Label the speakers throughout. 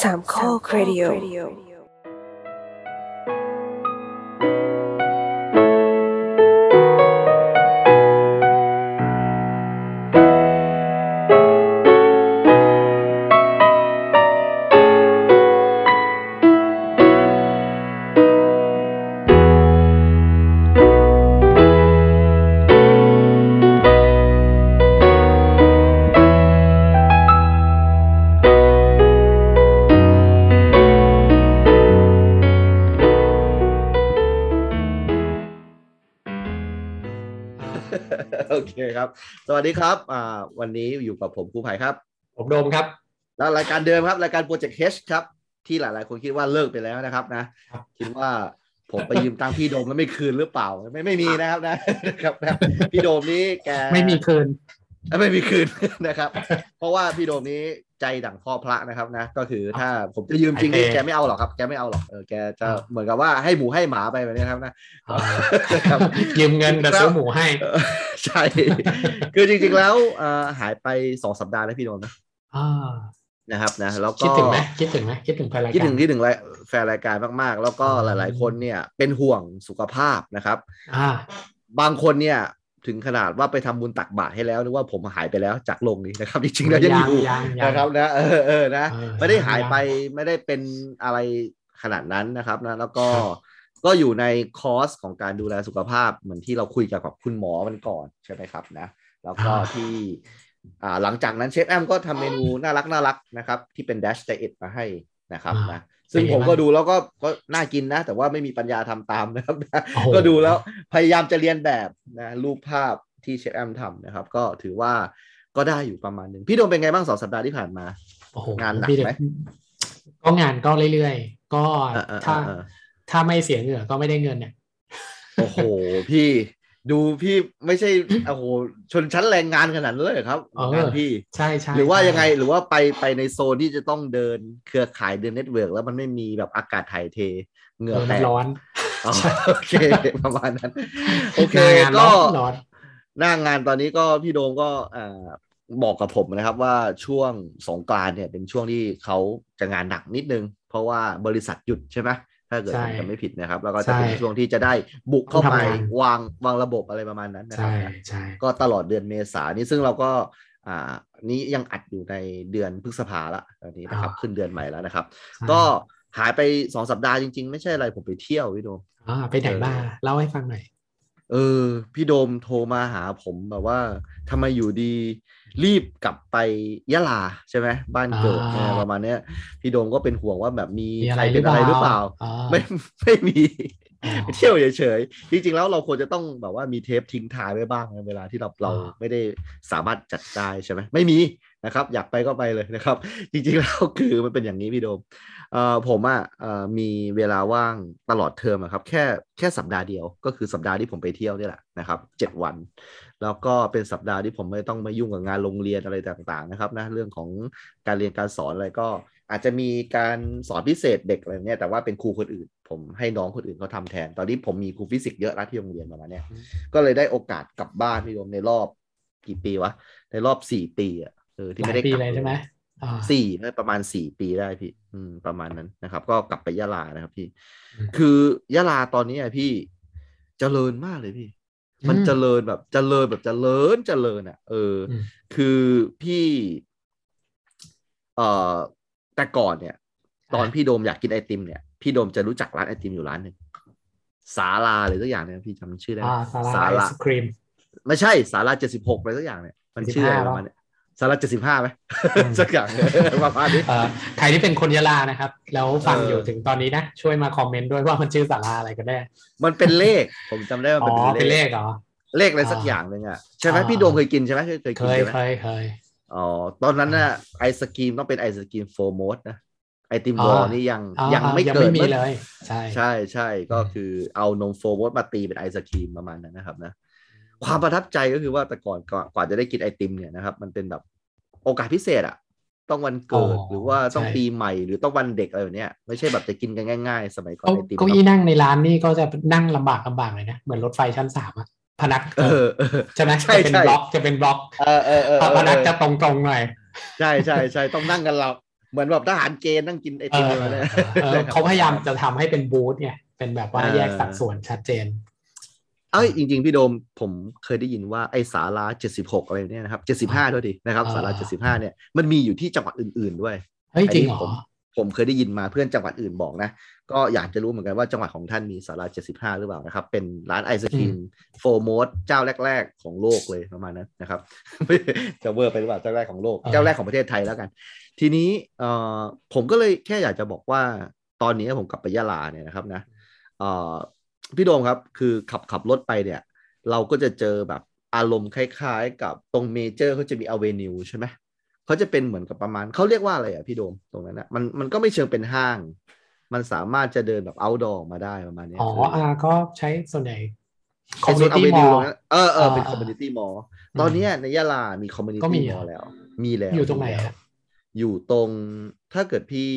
Speaker 1: สามข้อครดิโอ
Speaker 2: โอเคครับ สวัสดีครับอ่าวันนี้อยู่กับผมครูไผ่ครับ
Speaker 3: ผมโดมครับ
Speaker 2: แล้วรายการเดิมครับ รายการโปรเจกต์ H ครับ ที่หลายๆ คนคิดว่าเลิกไปแล้วนะครับนะ
Speaker 3: ครับ
Speaker 2: คิดว่าผมไปยืมตังค์พี่โดมแล้วไม่คืนหรือเปล่า ไม่ไม่มีนะครับนะ ครับนะพี่โดมนี้แก
Speaker 3: ไม่มีเคิน
Speaker 2: เอ้ยไม่มีคืน นะครับ เพราะว่าพี่โดมนี้ใจดั่งพ่อพระนะครับนะ ก็คือถ้าผมจะยืมจริงนี่
Speaker 3: โอเค
Speaker 2: แกไม่เอาหรอกครับ แกไม่เอาหรอก เออ แกจะเหมือนกับว่าให้หมูให้หมาไปแบบนี้นะครับ นะ ครับ
Speaker 3: ยืมเงินแต่ซื้อหมูให้
Speaker 2: เออใช่ คือจริงๆแล้วเอ่อหายไปสองสัปดาห์แล้วพี่โดมนะ
Speaker 3: อ่า
Speaker 2: นะครับนะ แล้วก็
Speaker 3: คิดถึงไหมคิดถึงไหมคิดถึงภรรยา
Speaker 2: คิด
Speaker 3: กา
Speaker 2: ถึ
Speaker 3: ร
Speaker 2: งที่ถึงรายแฟนรายการมากๆ แล้วก็
Speaker 3: อืม
Speaker 2: หลายๆ คนเนี่ยเป็นห่วงสุขภาพนะครับ
Speaker 3: อ่า
Speaker 2: บางคนเนี่ยถึงขนาดว่าไปทำบุญตักบาตรให้แล้วนึกว่าผมหายไปแล้วจากโลกนี้นะครับ จริงๆแล้วยังอยู่
Speaker 3: ยังยั
Speaker 2: นะ
Speaker 3: ง
Speaker 2: ครับนะเออเออนะ
Speaker 3: เออ
Speaker 2: ไม่ได้หาย
Speaker 3: ยัง
Speaker 2: ไปไม่ได้เป็นอะไรขนาดนั้นนะครับนะแล้วก็
Speaker 3: ครับ
Speaker 2: ก็อยู่ในคอร์สของการดูแลสุขภาพเหมือนที่เราคุยกับกับคุณหมอวันก่อนใช่ไหมครับนะแล้วก็ที่อ่าหลังจากนั้นเชฟแอมก็ทำเมนูน่ารักน่ารักนะครับที่เป็น dash diet มาให้นะครับนะซึ่งผมก็ดูแล้วก็ก็น่ากินนะ แต่ว่าไม่มีปัญญาทำตามนะครับนะ
Speaker 3: โอ้โห
Speaker 2: ก็ดูแล้วพยายามจะเรียนแบบนะรูปภาพที่เชฟแอมทำนะครับ ก็ถือว่าก็ได้อยู่ประมาณหนึ่งพี่โดมเป็นไงบ้างสองสัปดาห์ที่ผ่านมา
Speaker 3: โอ้โ
Speaker 2: งานหนัก
Speaker 3: พี่เด็
Speaker 2: ไหม
Speaker 3: ก็งานก็เรื่อยๆ ก็
Speaker 2: เออเออ
Speaker 3: ถ้า
Speaker 2: เออเออ
Speaker 3: ถ้าไม่เสียเหงื่อก็ไม่ได้เงินเนี่ย
Speaker 2: โอ้โห พี่ดูพี่ไม่ใช่ โอ้โหชนชั้นแรงงานขนาดนั้นเลยเหรอครับ
Speaker 3: เออ
Speaker 2: งานพี่
Speaker 3: ใช่ใช่
Speaker 2: หรือว่ายังไง
Speaker 3: ใช่
Speaker 2: หรือว่าไปไปในโซนที่จะต้องเดินเครือข่ายเดินเน็ตเวิร์กแล้วมันไม่มีแบบอากาศถ่ายเทเห
Speaker 3: เอ
Speaker 2: งื่อ
Speaker 3: อ
Speaker 2: แต
Speaker 3: มัน
Speaker 2: ก
Speaker 3: ร้อน
Speaker 2: อ๋อ โอเคประมาณ นั้น โอเค
Speaker 3: หน้างาน
Speaker 2: ก็
Speaker 3: ร้อนร้อน
Speaker 2: หน้างงานตอนนี้ก็พี่โดมก็อ่าบอกกับผมนะครับว่าช่วงสงกรานต์เนี่ยเป็นช่วงที่เขาจะงานหนักนิดนึง เพราะว่าบริษัทหยุดใช่ไหมถ้าเกิด
Speaker 3: ใช่
Speaker 2: ผมจำไม่ผิดนะครับ แล้วก็จะเป็น
Speaker 3: ใช่
Speaker 2: ช่วงที่จะได้บุกเข้าไป
Speaker 3: ทำงาน
Speaker 2: วางวางระบบอะไรประมาณนั้นนะครั
Speaker 3: ใช่
Speaker 2: บ
Speaker 3: ใช่
Speaker 2: ก็ตลอดเดือนเมษายนนี้ซึ่งเราก็อ่านี้ยังอัดอยู่ในเดือนพฤษภาละตอนนี้นะครับขึ้นเดือนใหม่แล้วนะครับ ก็หายไปสองสัปดาห์จริง ๆ ไม่ใช่อะไรผมไปเที่ยวพี่โดม
Speaker 3: อ่าไปไหนมาเล่าให้ฟังหน่อย
Speaker 2: เออ พี่โดมโทรมาหาผมแบบว่าทำไมอยู่ดี รีบกลับไปยะลาใช่ไหมบ้านเกิด
Speaker 3: อ่า
Speaker 2: เออประมาณเนี้ยพี่โดมก็เป็นห่วงว่าแบบมี
Speaker 3: มีอะ
Speaker 2: ใค
Speaker 3: ไร
Speaker 2: รเป็นอะไรหรือเปล่า
Speaker 3: อ่า
Speaker 2: ไม่ ไม่มี ไปเที่ยวเฉยๆ จริงๆ แล้วเราควรจะต้องแบบว่ามีเทปทิ้งท้ายไว้บ้างนะเวลาที่เราเรา
Speaker 3: อ่า
Speaker 2: ไม่ได้สามารถจัดได้ใช่ไหมไม่มีนะครับ อยากไปก็ไปเลยนะครับ จริงๆ แล้วคือมันเป็นอย่างนี้พี่โดมเอ่อผมอ่ะเอ่อมีเวลาว่างตลอดเทอมอะครับแค่แค่สัปดาห์เดียวก็คือสัปดาห์ที่ผมไปเที่ยวนี่แหละนะครับเจ็ดวัน แล้วก็เป็นสัปดาห์ที่ผมไม่ต้องมายุ่งกับงานโรงเรียนอะไรต่างๆนะครับนะเรื่องของการเรียนการสอนอะไรก็ อาจจะมีการสอนพิเศษเด็กอะไรเนี่ยแต่ว่าเป็นครูคนอื่น ผมให้น้องคนอื่นเขาทำแทน ตอนนี้ผมมีครูฟิสิกส์เยอะนะที่โรงเรียนประมาณเนี้ย
Speaker 3: อืม
Speaker 2: ก็เลยได้โอกาสกลับบ้านพี่โยมในรอบกี่ปีวะ ในรอบสี่ปีอ่ะเออที่
Speaker 3: หลา
Speaker 2: ไม่
Speaker 3: ย
Speaker 2: ได้
Speaker 3: ปี
Speaker 2: กลับ
Speaker 3: เลยใช่ไหมอ่า
Speaker 2: สี่ประมาณสี่ปีได้พี่ อืมประมาณนั้นนะครับ ก็กลับไปยะลานะครับพี่
Speaker 3: อืม
Speaker 2: คือยะลาตอนนี้อ่ะพี่เจริญมากเลยพี่ มันเจริญแบบเจริญแบบเจริญเจริญอ่ะ เอออ
Speaker 3: ม
Speaker 2: คือพี่ เอ่อแต่ก่อนเนี่ย ตอนพี่โดมอยากกินไอติมเนี่ยพี่โดมจะรู้จักร้านไอติมอยู่ร้านหนึ่งสาลาหรือสักอย่างเนี่ยพี่จำชื่อได้ไหม
Speaker 3: อ่าสาลาไอศครีม
Speaker 2: ไม่ใช่สาลาเจ็ดสิบหกอะไรสักอย่างเนี่ยมันชื่ออะไร
Speaker 3: 75
Speaker 2: ประมาณเนี่ยสาลาเจ็ดสิบห้าไหม
Speaker 3: อืม
Speaker 2: สักอย่าง เนี่ยประมาณนี้
Speaker 3: เอ่อใครที่เป็นคนยะลานะครับ แล้วฟัง
Speaker 2: เออ
Speaker 3: อ
Speaker 2: อ
Speaker 3: ยู่ถึงตอนนี้นะ ช่วยมาคอมเมนต์ด้วยว่ามันชื่อสาราอะไรกันแน่
Speaker 2: มันเป็นเลข ผมจำได้ว่า
Speaker 3: อ๋
Speaker 2: มัน
Speaker 3: อ
Speaker 2: เป็น
Speaker 3: เป็น
Speaker 2: เล
Speaker 3: เล
Speaker 2: ข
Speaker 3: ขเหรอ
Speaker 2: เลขอะไรสักอย่างหนึ่งอ่ะใช่ไหม
Speaker 3: อ่า
Speaker 2: พี่โดมเคยกินใช่ไหมเคยเคย
Speaker 3: เค
Speaker 2: กิน
Speaker 3: ย
Speaker 2: ใช่ไหม
Speaker 3: เคยเคย
Speaker 2: อ๋อตอนนั้นน่ะไอศกรีมต้องเป็นไอศกรีมโฟร์โมดนะไอติมวอล
Speaker 3: อ่า
Speaker 2: นี่
Speaker 3: นี่
Speaker 2: ยัง
Speaker 3: อ่า
Speaker 2: ยังไม่
Speaker 3: ยัง
Speaker 2: เกิ
Speaker 3: ไม่
Speaker 2: ด
Speaker 3: มี
Speaker 2: มั้ง
Speaker 3: เลย ใช่
Speaker 2: ใช่ใช่ก็คือเอานมโฟร์โมดมาตีเป็นไอศครีมประมาณนั้นนะครับนะความประทับใจก็คือว่าแต่ก่อนก่อนกว่าจะได้กินไอติมเนี่ยนะครับ มันเป็นแบบโอกาสพิเศษอะต้องวันเกิด
Speaker 3: อ๋อ
Speaker 2: หรือว่าต้อง
Speaker 3: ใช่
Speaker 2: ปีใหม่หรือต้องวันเด็กอะไรแบบเนี้ยไม่ใช่แบบจะกินกันง่าย ๆ สมัยก่อน
Speaker 3: เก้า
Speaker 2: ไอติม
Speaker 3: เก้าอี้นั่งในร้านนี่ก็จะนั่งลำบากลำบากเลยนะ เหมือนรถไฟชั้นสามอะพนัก
Speaker 2: เออเออ
Speaker 3: ใช่ไหม
Speaker 2: ใช่
Speaker 3: จะเป็น
Speaker 2: ใช่
Speaker 3: บล็อกจะเป็นบล็อก
Speaker 2: เออเออเออ
Speaker 3: พ
Speaker 2: เอ
Speaker 3: นัก
Speaker 2: อ
Speaker 3: จะตรงๆหน่อย
Speaker 2: ใช่ใช่ใช่ต้องนั่งกันเรา เหมือนแบบทหารเกณฑ์นั่งกินไอ
Speaker 3: เอ
Speaker 2: ติม
Speaker 3: อ
Speaker 2: อะไรเนี่ย
Speaker 3: เออเขาพยายามจะทำให้เป็นบูธไงเป็นแบบว่าแยกสัดส่วนชัดเจน
Speaker 2: เอ้ยจริง ๆ พี่โดมผมเคยได้ยินว่าไอสาราเจ็ดสิบหกอะไรเนี่ยนะครับเจ็ดสิบห้าด้วยดินะครับ
Speaker 3: อ่า
Speaker 2: สาราเจ็ดสิบห้าเนี่ยมันมีอยู่ที่จังหวัดอื่น ๆด้วย
Speaker 3: เฮ้ยจริงเหรอ
Speaker 2: ผม ผมเคยได้ยินมาเพื่อนจังหวัดอื่นบอกนะ ก็อยากจะรู้เหมือนกันว่าจังหวัดของท่านมีสาราเจ็ดสิบห้าหรือเปล่านะครับ เป็นร้านไอศครีมโฟร์โมดเจ้าแรก ๆ ของโลกเลยประมาณนั้นนะครับ จะเวอร์ไปหรือเปล่าเจ้าแรกของโลกเจ้าแรกของประเทศไทยแล้วกัน ทีนี้เอ่อผมก็เลยแค่อยากจะบอกว่าตอนนี้ผมกลับไปยะลาเนี่ยนะครับนะเอ่อพี่โดมครับคือขับขับรถไปเนี่ย เราก็จะเจอแบบอารมณ์คล้าย ๆ กับตรงเมเจอร์เขาจะมีอเวนิวใช่ไหม เขาจะเป็นเหมือนกับประมาณเขาเรียกว่าอะไรอ่ะพี่โดมตรงนั้นนะมันมันก็ไม่เชิงเป็นห้าง มันสามารถจะเดินแบบ outdoor มาได้ประมาณเนี้ย
Speaker 3: อ๋อ
Speaker 2: คือ
Speaker 3: อ่าก็ใช้ส่วนใหญ่
Speaker 2: ไอ้โซนอเว
Speaker 3: community
Speaker 2: นิวต
Speaker 3: mall
Speaker 2: รงนั้นเออเออเป็น
Speaker 3: อ่า
Speaker 2: คอมมูนิตี้มอลตอนเนี้ยในยะลามีคอมมูนิ
Speaker 3: ก็มี
Speaker 2: ตี้ม
Speaker 3: เหร
Speaker 2: อ
Speaker 3: อ
Speaker 2: ลแล้ว มีแล้ว
Speaker 3: อยู่ตรงไหนอะ
Speaker 2: มีแล้วอยู่ตรงถ้าเกิดพี่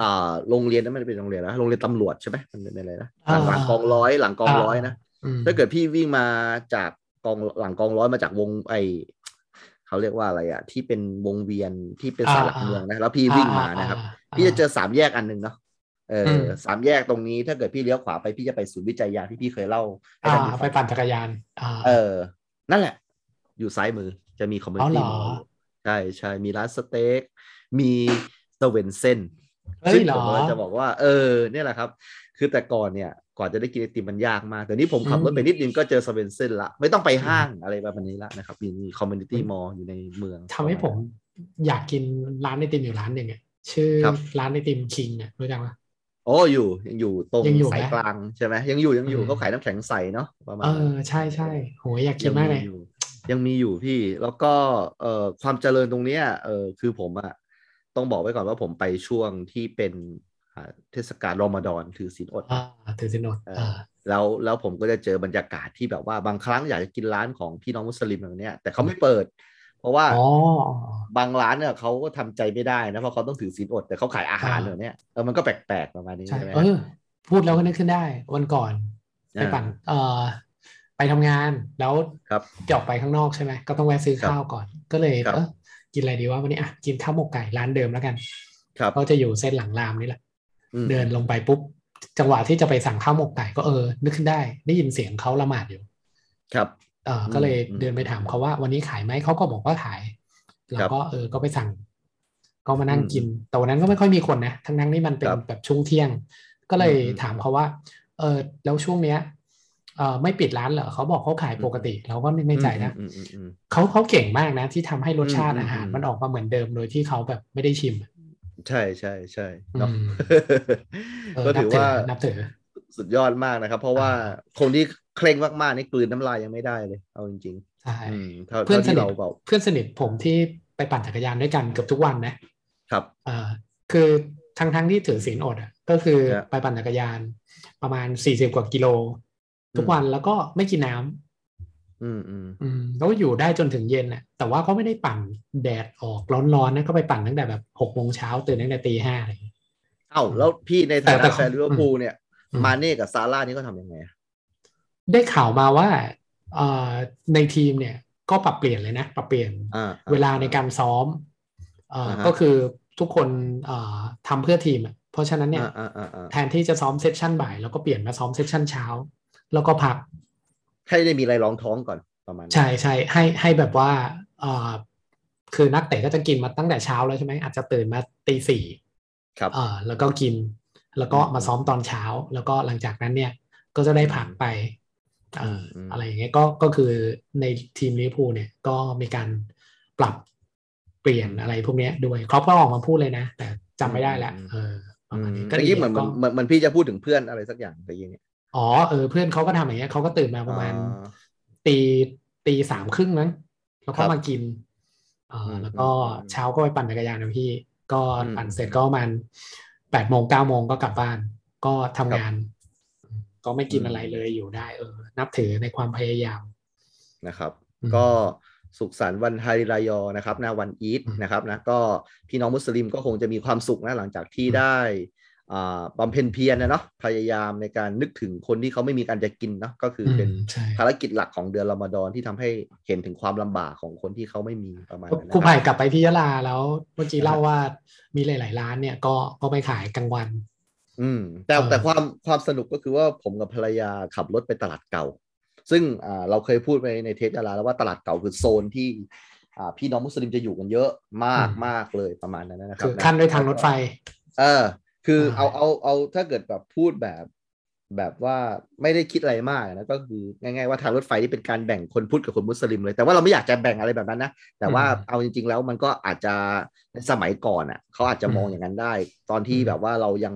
Speaker 2: อ่าโรงเรียนนั้นมันเป็นโรงเรียนนะโรงเรียนตำรวจใช่ไหมมันเป็นอะไรนะหลังหลังกองร้อยหลังกองร้อยนะ
Speaker 3: อืม
Speaker 2: ถ้าเกิดพี่วิ่งมาจากกองหลังกองร้อยมาจากวงไอเขาเรียกว่าอะไรอะที่เป็นวงเวียนที่เป็นสายหลักเมืองนะแล้วพี่วิ่งมานะครับ
Speaker 3: อ่อ่า
Speaker 2: พี่จะเจอสามแยกอันหนึ่งเนาะเอออ
Speaker 3: ม
Speaker 2: สามแยกตรงนี้ถ้าเกิดพี่เลี้ยวขวาไปพี่จะไปศูนย์วิจัยยาที่พี่เคยเล่าให้
Speaker 3: อ่า
Speaker 2: ท่านผู้
Speaker 3: ไป
Speaker 2: ฟัง
Speaker 3: ปั่นจักรยาน อ่า
Speaker 2: เออ นั่นแหละ อยู่ซ้ายมือจะมีคอมมูนิ
Speaker 3: เอาเหร
Speaker 2: ตี้
Speaker 3: อ
Speaker 2: ใช่ใช่มีร้านสเต็กมีสเวนเซน
Speaker 3: เฮ้
Speaker 2: ซึ่
Speaker 3: ย
Speaker 2: ง
Speaker 3: เหร
Speaker 2: ผม
Speaker 3: อ
Speaker 2: กำลังจะบอกว่า เออเนี่ยแหละครับ คือแต่ก่อนเนี่ยก่อนจะได้กินไอติมมันยากมาก แต่นี้ผมขับรถ
Speaker 3: อืม
Speaker 2: ไปนิดนึงก็เจอสเวนเซนละ ไม่ต้องไปห้างอะไรประมาณนี้ละนะครับ มีคอมมูนิตี้
Speaker 3: อืม
Speaker 2: มอลอยู่ในเมือง
Speaker 3: ทำให้ผมอยากกินร้านไอติมอยู่ร้านหนึ่งอ่ะชื่อ
Speaker 2: ครับ
Speaker 3: ร้านไอติมคิงอ่ะรู้จักปะ
Speaker 2: โอ้อยู่ยังอยู่ตรง
Speaker 3: ยังอยู่ไหม
Speaker 2: สายกลางใช่ไหมยังอยู่ยังอยู่
Speaker 3: อืม
Speaker 2: เขาขายน้ำแข็งใสเนาะประมาณ
Speaker 3: เอ
Speaker 2: นั้น
Speaker 3: อใช่ใช่โหอยากกินมากเลย
Speaker 2: อยู่ยังมีอยู่พี่แล้วก็เอ่อความเจริญตรงเนี้ยเออคือผมอะต้องบอกไว้ก่อนว่าผมไปช่วงที่เป็นอ่าเทศกาลรอมฎอนถือศีลอด
Speaker 3: อ่าถือสินอดอ่า
Speaker 2: แล้วแล้วผมก็จะเจอบรรยากาศที่แบบว่าบางครั้งอยากจะกินร้านของพี่น้องมุสลิมอย่างเนี้ยแต่เขาไม่เปิด เพราะว่า
Speaker 3: อ๋อ
Speaker 2: บางร้านเนี่ยเขาก็ทำใจไม่ได้นะเพราะเขาต้องถือศีลอดแต่เขาขายอาหารเหล่าเนี้ยเออมันก็แปลกๆประมาณนี้
Speaker 3: ใช่
Speaker 2: ใช่ไหม
Speaker 3: เออ พูดแล้วก็นึกขึ้นได้ วันก่อน ไป
Speaker 2: อ่า
Speaker 3: ปั่นเอ่อไปทำงานแล้ว
Speaker 2: ครับ
Speaker 3: จะออกไปข้างนอกใช่ไหมก็ต้องแวะซื้อข้าวก่อน ก็เลย
Speaker 2: ครับ
Speaker 3: เออกินอะไรดีวะวันนี้อ่ะกินข้าวหมกไก่ร้านเดิมแล้วกัน
Speaker 2: ครับ
Speaker 3: ก็จะอยู่เส้นหลังรามนี่แหละ
Speaker 2: อืม
Speaker 3: เดินลงไปปุ๊บ จังหวะที่จะไปสั่งข้าวหมกไก่ก็เออ นึกขึ้นได้ ได้ยินเสียงเขาละหมาดอยู่
Speaker 2: ครับ
Speaker 3: เอออ
Speaker 2: ม
Speaker 3: ก็เลย
Speaker 2: อืม
Speaker 3: เดินไปถามเขาว่า วันนี้ขายไหมเขาก็บอกว่าขายเราก็เออก็ไปสั่ง ก็มานั่ง
Speaker 2: อืม
Speaker 3: กิน แต่วันนั้นก็ไม่ค่อยมีคนนะทั้งนั้นนี่มันเป็น
Speaker 2: ครับ
Speaker 3: แบบช่วงเที่ยง ก็เลย
Speaker 2: อืมอืม
Speaker 3: ถามเขาว่าเออแล้วช่วงเนี้ยเออไม่ปิดร้านเหรอเขาบอกเขาขาย
Speaker 2: อืม
Speaker 3: ปกติ เราก็นึกในใจนะ
Speaker 2: อืมอืมอืม
Speaker 3: เขาเขาเก่งมากนะ ที่ทำให้รสชาติ
Speaker 2: อืม
Speaker 3: อาหาร
Speaker 2: อืม
Speaker 3: มันออกมาเหมือนเดิมโดยที่เขาแบบไม่ได้ชิม
Speaker 2: ใช่ใช่ใช่เนาะ
Speaker 3: อืม เออ
Speaker 2: ก็ถือ
Speaker 3: นับถือ
Speaker 2: ว่า
Speaker 3: นับถือ
Speaker 2: สุดยอดมากนะครับ เพราะว่าคนที่เคร่งมากๆนี่กลืนน้ำลายยังไม่ได้เลย เอาจริง
Speaker 3: ใช่
Speaker 2: ๆอืมเท่า
Speaker 3: เพื่อน
Speaker 2: เท่า
Speaker 3: ส
Speaker 2: ที่
Speaker 3: นิท
Speaker 2: เราเบา
Speaker 3: เพื่อนสนิทผมที่ไปปั่นจักรยานด้วยกันเกือบทุกวันนะ
Speaker 2: ครับ
Speaker 3: เอ่อคือทั้งทั้งที่ถือศีลอดอ่ะก็คือ
Speaker 2: ครับ
Speaker 3: ไปปั่นจักรยานประมาณสี่สิบกว่ากิโล ทุกวันแล้วก็ไม่กินน้ำ
Speaker 2: อืมอืม
Speaker 3: อืมแล้วก็อยู่ได้จนถึงเย็นอ่ะแต่ว่าก็ไม่ได้ปั่นแดดออกร้อนๆนะก็ไปปั่นตั้งแต่แบบหกโมงเช้าตื่นตั้งแต่ตีห้าอะไรอย่างเงี้ย
Speaker 2: เอ้าแล้วพี่ในฐา
Speaker 3: แต่
Speaker 2: นะ
Speaker 3: แต่
Speaker 2: แฟนลิเวอร์พูลเนี่ย
Speaker 3: อืม
Speaker 2: มาเน่กับซาร่านี่ก็ทำยังไงอะ
Speaker 3: ได้ข่าวมาว่าเอ่อในทีมเนี่ยก็ปรับเปลี่ยนเลยนะปรับเปลี่ยน
Speaker 2: อ่า
Speaker 3: เวลาในการซ้อมเอ่ออา
Speaker 2: ฮะ
Speaker 3: ก็คือทุกคนเอ่อทำเพื่อทีมอะเพราะฉะนั้นเนี่ย
Speaker 2: อ่าอ่าอ่าอ่า
Speaker 3: แทนที่จะซ้อมเซสชันบ่ายแล้วก็เปลี่ยนมาซ้อมเซสชันเช้า แล้วก็พัก
Speaker 2: ให้ได้มีอะไรรองท้องก่อนประมาณนั้น
Speaker 3: ใช่ใช่ให้ให้แบบว่าเอ่อคือนักเตะก็จะกินมาตั้งแต่เช้าแล้วใช่ไหมอาจจะตื่นมาตีสี่
Speaker 2: ครับ
Speaker 3: เอ่อแล้วก็กิน แล้วก็มาซ้อมตอนเช้า แล้วก็หลังจากนั้นเนี่ยก็จะได้พักไปเอ่ออ
Speaker 2: ม
Speaker 3: อะไรอย่างเงี้ยก็ก็คือในทีมลิเวอร์พูลเนี่ยก็มีการปรับเปลี่ยนอะไรพวกเนี้ยด้วยเขาก็ออกมาพูดเลยนะ แต่จำไม่ได้ละเออประมาณนี้
Speaker 2: อืม
Speaker 3: ก็
Speaker 2: ตะ
Speaker 3: ดี
Speaker 2: กี้เหมือนเหมือ
Speaker 3: ก็
Speaker 2: นเหมือนเหมือนพี่จะพูดถึงเพื่อนอะไรสักอย่างตะกี้เนี่ย
Speaker 3: อ๋อเออเพื่อนเขาก็ทำอย่างเงี้ยเขาก็ตื่นมาประมาณ
Speaker 2: อ๋อ
Speaker 3: ตีตีสามครึ่งมั้งแล้ว
Speaker 2: ครั
Speaker 3: ก็
Speaker 2: บ
Speaker 3: มากินเอออ
Speaker 2: ม
Speaker 3: แล้วก็
Speaker 2: อืม
Speaker 3: เช้าก็ไปปั่นจักรยานนะพี่ ก็
Speaker 2: อืม
Speaker 3: ปั่นเสร็จก็ประมาณแปดโมงเก้าโมงก็กลับบ้าน ก็ทำงาน ก็ไม่กิน
Speaker 2: อืม
Speaker 3: อะไรเลยอยู่ได้ เออ นับถือในความพยายาม
Speaker 2: นะครับ
Speaker 3: อืม
Speaker 2: ก็สุขสันต์วันฮาริรายอนะครับนะวันอีด
Speaker 3: อืม
Speaker 2: นะครับนะก็พี่น้องมุสลิมก็คงจะมีความสุขนะหลังจากที่ได้อ อ่าบำเพ็ญเพียรนะเนาะพยายามในการนึกถึงคนที่เขาไม่มีการจะกินเนาะก็คือเป็น
Speaker 3: ใช่
Speaker 2: ภารกิจหลักของเดือนรอมฎอนที่ทำให้เห็นถึงความลำบากของคนที่เขาไม่มีประมาณนั้นนะ
Speaker 3: ครู
Speaker 2: ค
Speaker 3: ไผ่
Speaker 2: รับ
Speaker 3: กลับไปที่ยะลาแล้วเมื่อกี้
Speaker 2: ครับ
Speaker 3: เล่าว่ามีหลาย ๆ ร้านเนี่ยก็ก็ไปขายกลางวัน
Speaker 2: อืมแต่
Speaker 3: เออ
Speaker 2: แต่ความความสนุกก็คือว่าผมกับภรรยาขับรถไปตลาดเก่า ซึ่งอ่าเราเคยพูดไปในเทปดาราแล้วว่าตลาดเก่าคือโซนที่อ่าพี่น้องมุสลิมจะอยู่กันเยอะมากมากเลยประมาณนั้นนะครับ
Speaker 3: คือขั้นด้วยทางรถไฟ
Speaker 2: เออ คือ
Speaker 3: ใช่
Speaker 2: เอาเอาเอาถ้าเกิดแบบพูดแบบแบบว่าไม่ได้คิดอะไรมากนะก็คือง่ายๆว่าทางรถไฟนี่เป็นการแบ่งคนพุทธกับคนมุสลิมเลยแต่ว่าเราไม่อยากจะแบ่งอะไรแบบนั้นนะ แต่ว่า
Speaker 3: อืม
Speaker 2: เอาจริงๆแล้วมันก็อาจจะในสมัยก่อนอ่ะเขาอาจจะมอง
Speaker 3: อืม
Speaker 2: อย่างนั้นได้ ตอนที่
Speaker 3: อืม
Speaker 2: แบบว่าเรายัง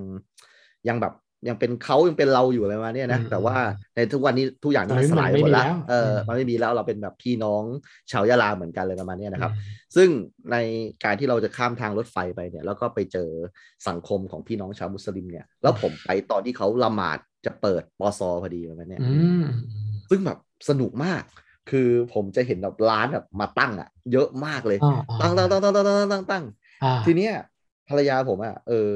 Speaker 2: ยังแบบยังเป็นเขายังเป็นเราอยู่อะไรประมาณเนี้ยนะ
Speaker 3: อืม
Speaker 2: แต่ว่าในทุกวันนี้ทุกอย่าง
Speaker 3: ตอนนี้
Speaker 2: มันสลายหมดละ
Speaker 3: มันไม่มีแล้ว
Speaker 2: เอออ
Speaker 3: ม
Speaker 2: มันไม่มีแล้วเราเป็นแบบพี่น้องชาวยะลาเหมือนกันเลยประมาณเนี้ยนะครับ
Speaker 3: อืม
Speaker 2: ซึ่งในการที่เราจะข้ามทางรถไฟไปเนี่ย แล้วก็ไปเจอสังคมของพี่น้องชาวมุสลิมเนี่ยแล้วผมไปตอนที่เขาละหมาดจะเปิดปอซอพอดีประมาณเนี้ย
Speaker 3: อืม
Speaker 2: ซึ่งแบบสนุกมาก คือผมจะเห็นแบบร้านแบบมาตั้งอะเยอะมากเลย
Speaker 3: อ่า
Speaker 2: ตั้งตั้งตั้งตั้งตั้งตั้งตั้งตั้ง
Speaker 3: อ่า
Speaker 2: ทีเนี้ยภรรยาผมอะเออ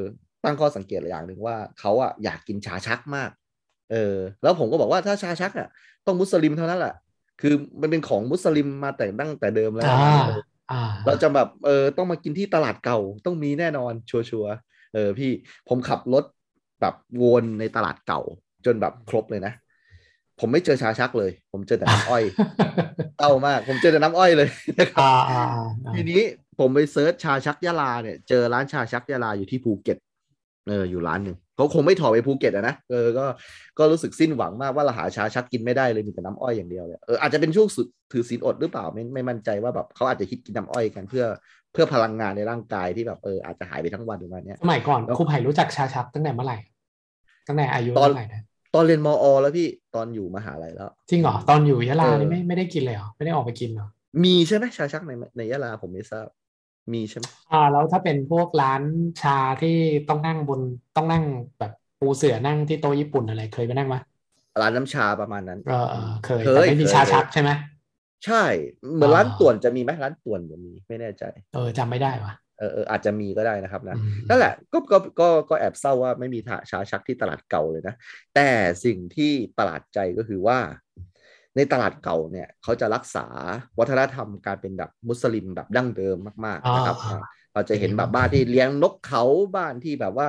Speaker 2: ตั้งข้อสังเกตอย่างหนึ่งว่าเขาอะอยากกินชาชักมาก เออ แล้วผมก็บอกว่าถ้าชาชักอะต้องมุสลิมเท่านั้นแหละ คือมันเป็นของมุสลิมมาแต่ตั้งแต่เดิมแล้ว
Speaker 3: อ่าอ่า
Speaker 2: เราจะแบบเออต้องมากินที่ตลาดเก่าต้องมีแน่นอนชัวร์ๆเออพี่ผมขับรถแบบวนในตลาดเก่า จนแบบครบเลยนะ ผมไม่เจอชาชักเลย ผมเจอแต่น้ำอ้อย เต้ามาก ผมเจอแต่น้ำอ้อยเลยนะครับ
Speaker 3: อ่าอ่าอ่า
Speaker 2: ทีนี้ผมไปเซิร์ชชาชักยะลาเนี่ยเจอร้านชาชักยะลาอยู่ที่ภูเก็ตเอออยู่ร้านหนึ่งเขาคงไม่ถอไปภูเก็ตอะนะเออก็ก็รู้สึกสิ้นหวังมากว่าเราหาชาชักกินไม่ได้เลยมีแต่น้ำอ้อยอย่างเดียวเลยเอออาจจะเป็นช่วงสุดถือศีลอดหรือเปล่าไม่ไม่มั่นใจว่าแบบเขาอาจจะคิดกินน้ำอ้อยกันเพื่อ เพื่อพลังงานในร่างกายที่แบบเอออาจจะหายไปทั้งวันประมาณเนี้ย
Speaker 3: สมัยก่อนครูไผ่รู้จักชาชักตั้งแต่เมื่อไหร่ ตั้งแต่อายุ
Speaker 2: ตอน
Speaker 3: เท่าไหร่นะ
Speaker 2: ตอนเรียนมอ แล้วพี่ตอนอยู่มหาลัยแล้ว
Speaker 3: จริงเหรอ ตอนอยู่ยะลา
Speaker 2: เออ
Speaker 3: นี่ไม่ไม่ได้กินเลยเหรอ ไม่ได้ออกไปกินเหรอ
Speaker 2: มีใช่ไหมชาชักในในยะลาผมไม่ทราบ มีใช่ไหม
Speaker 3: อ่า แล้วถ้าเป็นพวกร้านชาที่ต้องนั่งบนต้องนั่งแบบปูเสื่อนั่งที่โต๊ะญี่ปุ่นอะไรเคยไปนั่งไหม
Speaker 2: ร้านน้ำชาประมาณนั้น
Speaker 3: เออเออเคย
Speaker 2: เคย
Speaker 3: แต่ไม่มี
Speaker 2: เคย
Speaker 3: ชาชักใช่ไหม
Speaker 2: ใช่เหมือน
Speaker 3: อ่า
Speaker 2: ร้านต่วนจะมีไหมร้านต่วนจะมีไม่แน่ใจ
Speaker 3: เออจำไม่ได้ว่ะ
Speaker 2: เออเอออาจจะมีก็ได้นะครับนะ
Speaker 3: อืม
Speaker 2: นั่นแหละก็ก็ก็ก็แอบเศร้าว่าไม่มีทาชาชักที่ตลาดเก่าเลยนะ แต่สิ่งที่ประหลาดใจก็คือว่า ในตลาดเก่าเนี่ยเขาจะรักษาวัฒนธรรมการเป็นแบบมุสลิมแบบดั้งเดิมมากๆนะครับ
Speaker 3: อ่า
Speaker 2: อ่า เราจะเห็นแบบบ้านที่เลี้ยงนกเขาบ้านที่แบบว่า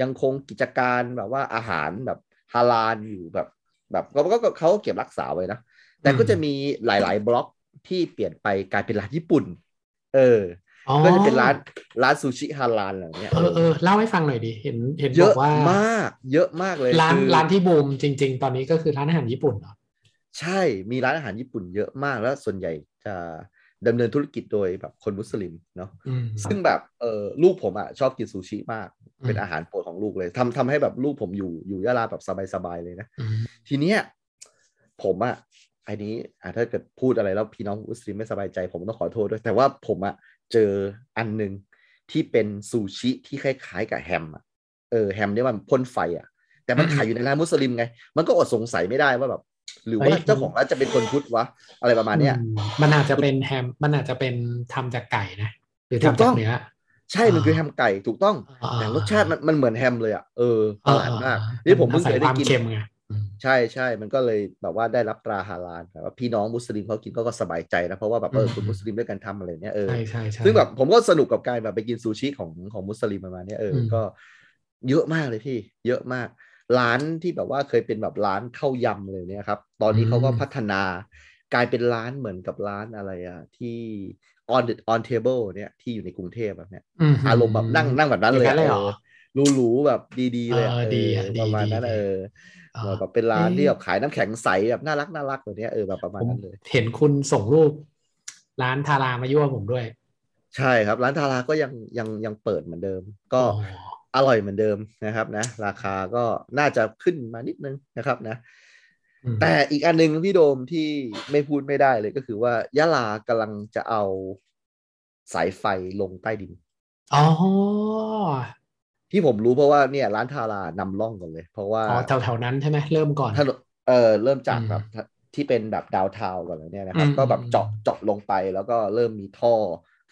Speaker 2: ยังคงกิจการแบบว่าอาหารแบบฮาลาลอยู่แบบแบบก็ก็ก็เขาก็เก็บรักษาไว้นะแต่ก็
Speaker 3: อืม
Speaker 2: จะมีหลาย ๆ บล็อกที่เปลี่ยนไปกลายเป็นร้านญี่ปุ่น เออ
Speaker 3: อ๋อ
Speaker 2: ก็จะเป็นร้านร้านซูชิฮาลาลอะไรเนี้ย
Speaker 3: เออเออเล่าให้ฟังหน่อยดิเห็นเห็น
Speaker 2: เย
Speaker 3: บอ
Speaker 2: อะ
Speaker 3: กว่าม
Speaker 2: าก เยอะมากเลย
Speaker 3: ร้าน
Speaker 2: คือ
Speaker 3: ร้านที่บูมจริง ๆ ตอนนี้ก็คือร้านอาหารญี่ปุ่นเหรอ
Speaker 2: ใช่มีร้านอาหารญี่ปุ่นเยอะมากแล้วส่วนใหญ่จะดำเนินธุรกิจโดยแบบคนมุสลิมเนาะ
Speaker 3: อืม
Speaker 2: ซึ่งแบบเออลูกผมอ่ะชอบกินซูชิมาก
Speaker 3: อืม
Speaker 2: เป็นอาหารโปรดของลูกเลยทำทำให้แบบลูกผมอยู่อยู่ยะลาแบบสบาย ๆ เลยนะ
Speaker 3: อืม
Speaker 2: ทีเนี้ยผมอ่ะอันนี้อ่ะถ้าเกิดพูดอะไรแล้วพี่น้องมุสลิมไม่สบายใจ ผมต้องขอโทษด้วย แต่ว่าผมอ่ะเจออันหนึ่งที่เป็นซูชิที่คล้าย ๆ กับแฮมอ่ะเออแฮมเนี่ยมันพ่นไฟอ่ะ แต่มัน
Speaker 3: อืม
Speaker 2: ขายอยู่ในร้านมุสลิมไง มันก็อดสงสัยไม่ได้ว่าแบบ หรือ
Speaker 3: เฮ้
Speaker 2: ว่าย เจ้าของร้านจะเป็นคนพุทธวะอะไรประมาณเนี้ย
Speaker 3: อืมมันอาจจะเป็นแฮม มันอาจจะเป็นทำจากไก่นะ หรือ
Speaker 2: ถูก
Speaker 3: ทำ
Speaker 2: ต้
Speaker 3: จา
Speaker 2: อง
Speaker 3: กเนื้อ
Speaker 2: ใช่มันคือแฮมไก่ถูกต้อง
Speaker 3: อ่
Speaker 2: แต่รสชาติมันมันเหมือนแฮมเลยอ่ะเออป
Speaker 3: อ่
Speaker 2: ระหลาดมากนี่ผมเพิ่ง
Speaker 3: อาศั
Speaker 2: เคยได้
Speaker 3: วาม
Speaker 2: กิน
Speaker 3: เค็มไงอืม
Speaker 2: ใช่ใช่มันก็เลยแบบว่าได้รับตราฮาลาลแบบว่าพี่น้องมุสลิมเขากินก็ก็สบายใจนะ เพราะว่าแบบเออ
Speaker 3: อืม
Speaker 2: คุณมุสลิมด้วยกันทำอะไรเนี้ยเออ
Speaker 3: ใช่ใช่ใช่
Speaker 2: ซึ่งแบบผมก็สนุกกับการแบบไปกินซูชิของของมุสลิมประมาณเนี้ยเอออ
Speaker 3: ม
Speaker 2: ก็เยอะมากเลยพี่ เยอะมาก ร้านที่แบบว่าเคยเป็นแบบร้านข้าวยำเลยเนี่ยครับ ตอนนี้เขาก็พัฒนากลายเป็นร้านเหมือนกับร้านอะไรอะที่ on the on table เนี่ยที่อยู่ในกรุงเทพแบบเนี้ย
Speaker 3: ม
Speaker 2: อารมณ์แบบนั่งนั่งแบบนั้นเลย
Speaker 3: อย่างนั้นเลยเหรอ
Speaker 2: รูหรูๆแบบดีๆเลยะ
Speaker 3: เออดีอะ
Speaker 2: เออ
Speaker 3: ดี
Speaker 2: ประมาณนั้น
Speaker 3: ดี
Speaker 2: เออ
Speaker 3: อ่า
Speaker 2: เหมือนแบบเป็นร้าน
Speaker 3: เอ๊ะ
Speaker 2: ที่แบบขายน้ำแข็งใสแบบน่ารักน่ารักแบบเนี้ยเออแบบประมาณ
Speaker 3: ผม
Speaker 2: นั้นเลย
Speaker 3: เห็นคุณส่งรูป ร้านทารามายั่วผมด้วย
Speaker 2: ใช่ครับ ร้านทาราก็ยังยังยังเปิดเหมือนเดิม ก็
Speaker 3: โอ้โห
Speaker 2: อร่อยเหมือนเดิมนะครับนะ ราคาก็น่าจะขึ้นมานิดนึงนะครับนะ
Speaker 3: อืม
Speaker 2: แต่อีกอันหนึงพี่โดมที่ไม่พูดไม่ได้เลยก็คือว่ายะลากำลังจะเอาสายไฟลงใต้ดิน
Speaker 3: อ๋อ
Speaker 2: ที่ผมรู้เพราะว่าเนี่ยร้านทารานำร่องก่อนเลย เพราะว่า
Speaker 3: อ๋อแถวแถวๆนั้นใช่ไหมเริ่มก่อน
Speaker 2: ถนนเออเริ่มจาก
Speaker 3: อืม
Speaker 2: แบบที่เป็นแบบดาวเทาก่อนแล้วเนี่ยนะครับ
Speaker 3: อืม
Speaker 2: ก็แบบ
Speaker 3: อืม
Speaker 2: เจาะเจาะลงไปแล้วก็เริ่มมีท่อ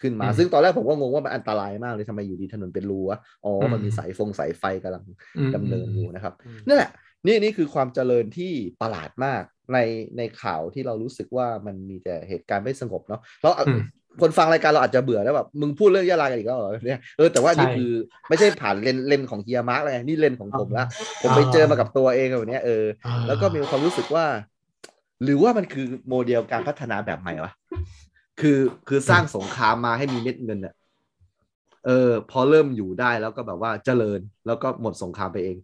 Speaker 2: ขึ้นมา
Speaker 3: อืม
Speaker 2: ซึ่งตอนแรกผมก็งงว่ามันอันตรายมากเลยทำไมอยู่ดีถนนเป็นรูวะอ๋ออ
Speaker 3: ม
Speaker 2: มันมีสายฟงสายไฟกำลัง
Speaker 3: อืม
Speaker 2: ดำเนินอยู่นะครับ
Speaker 3: อืม
Speaker 2: นั่นแหละนี่นี่คือความเจริญที่ประหลาดมากในในข่าวที่เรารู้สึกว่ามันมีแต่เหตุการณ์ไม่สงบเนาะเรา
Speaker 3: อืม
Speaker 2: คนฟังรายการเราอาจจะเบื่อแล้วแบบมึงพูดเรื่องยะลากันอีกแล้วเหรอเนี่ยเออแต่ว่านี่
Speaker 3: ใช่
Speaker 2: คือไม่ใช่ผ่านเลนเลนของเฮียมาร์กเลยนี่เลนของผมละผมไป
Speaker 3: อ่า
Speaker 2: เจอมากับตัวเองแบบเนี้ยเออ
Speaker 3: อ่า
Speaker 2: แล้วก็มีความรู้สึกว่า หรือว่ามันคือโมเดลการพัฒนาแบบใหม่วะคือคือสร้างสงครามมาให้มีเม็ดเงินอะเออ พอเริ่มอยู่ได้แล้วก็แบบว่าเจริญแล้วก็หมดสงครามไปเอง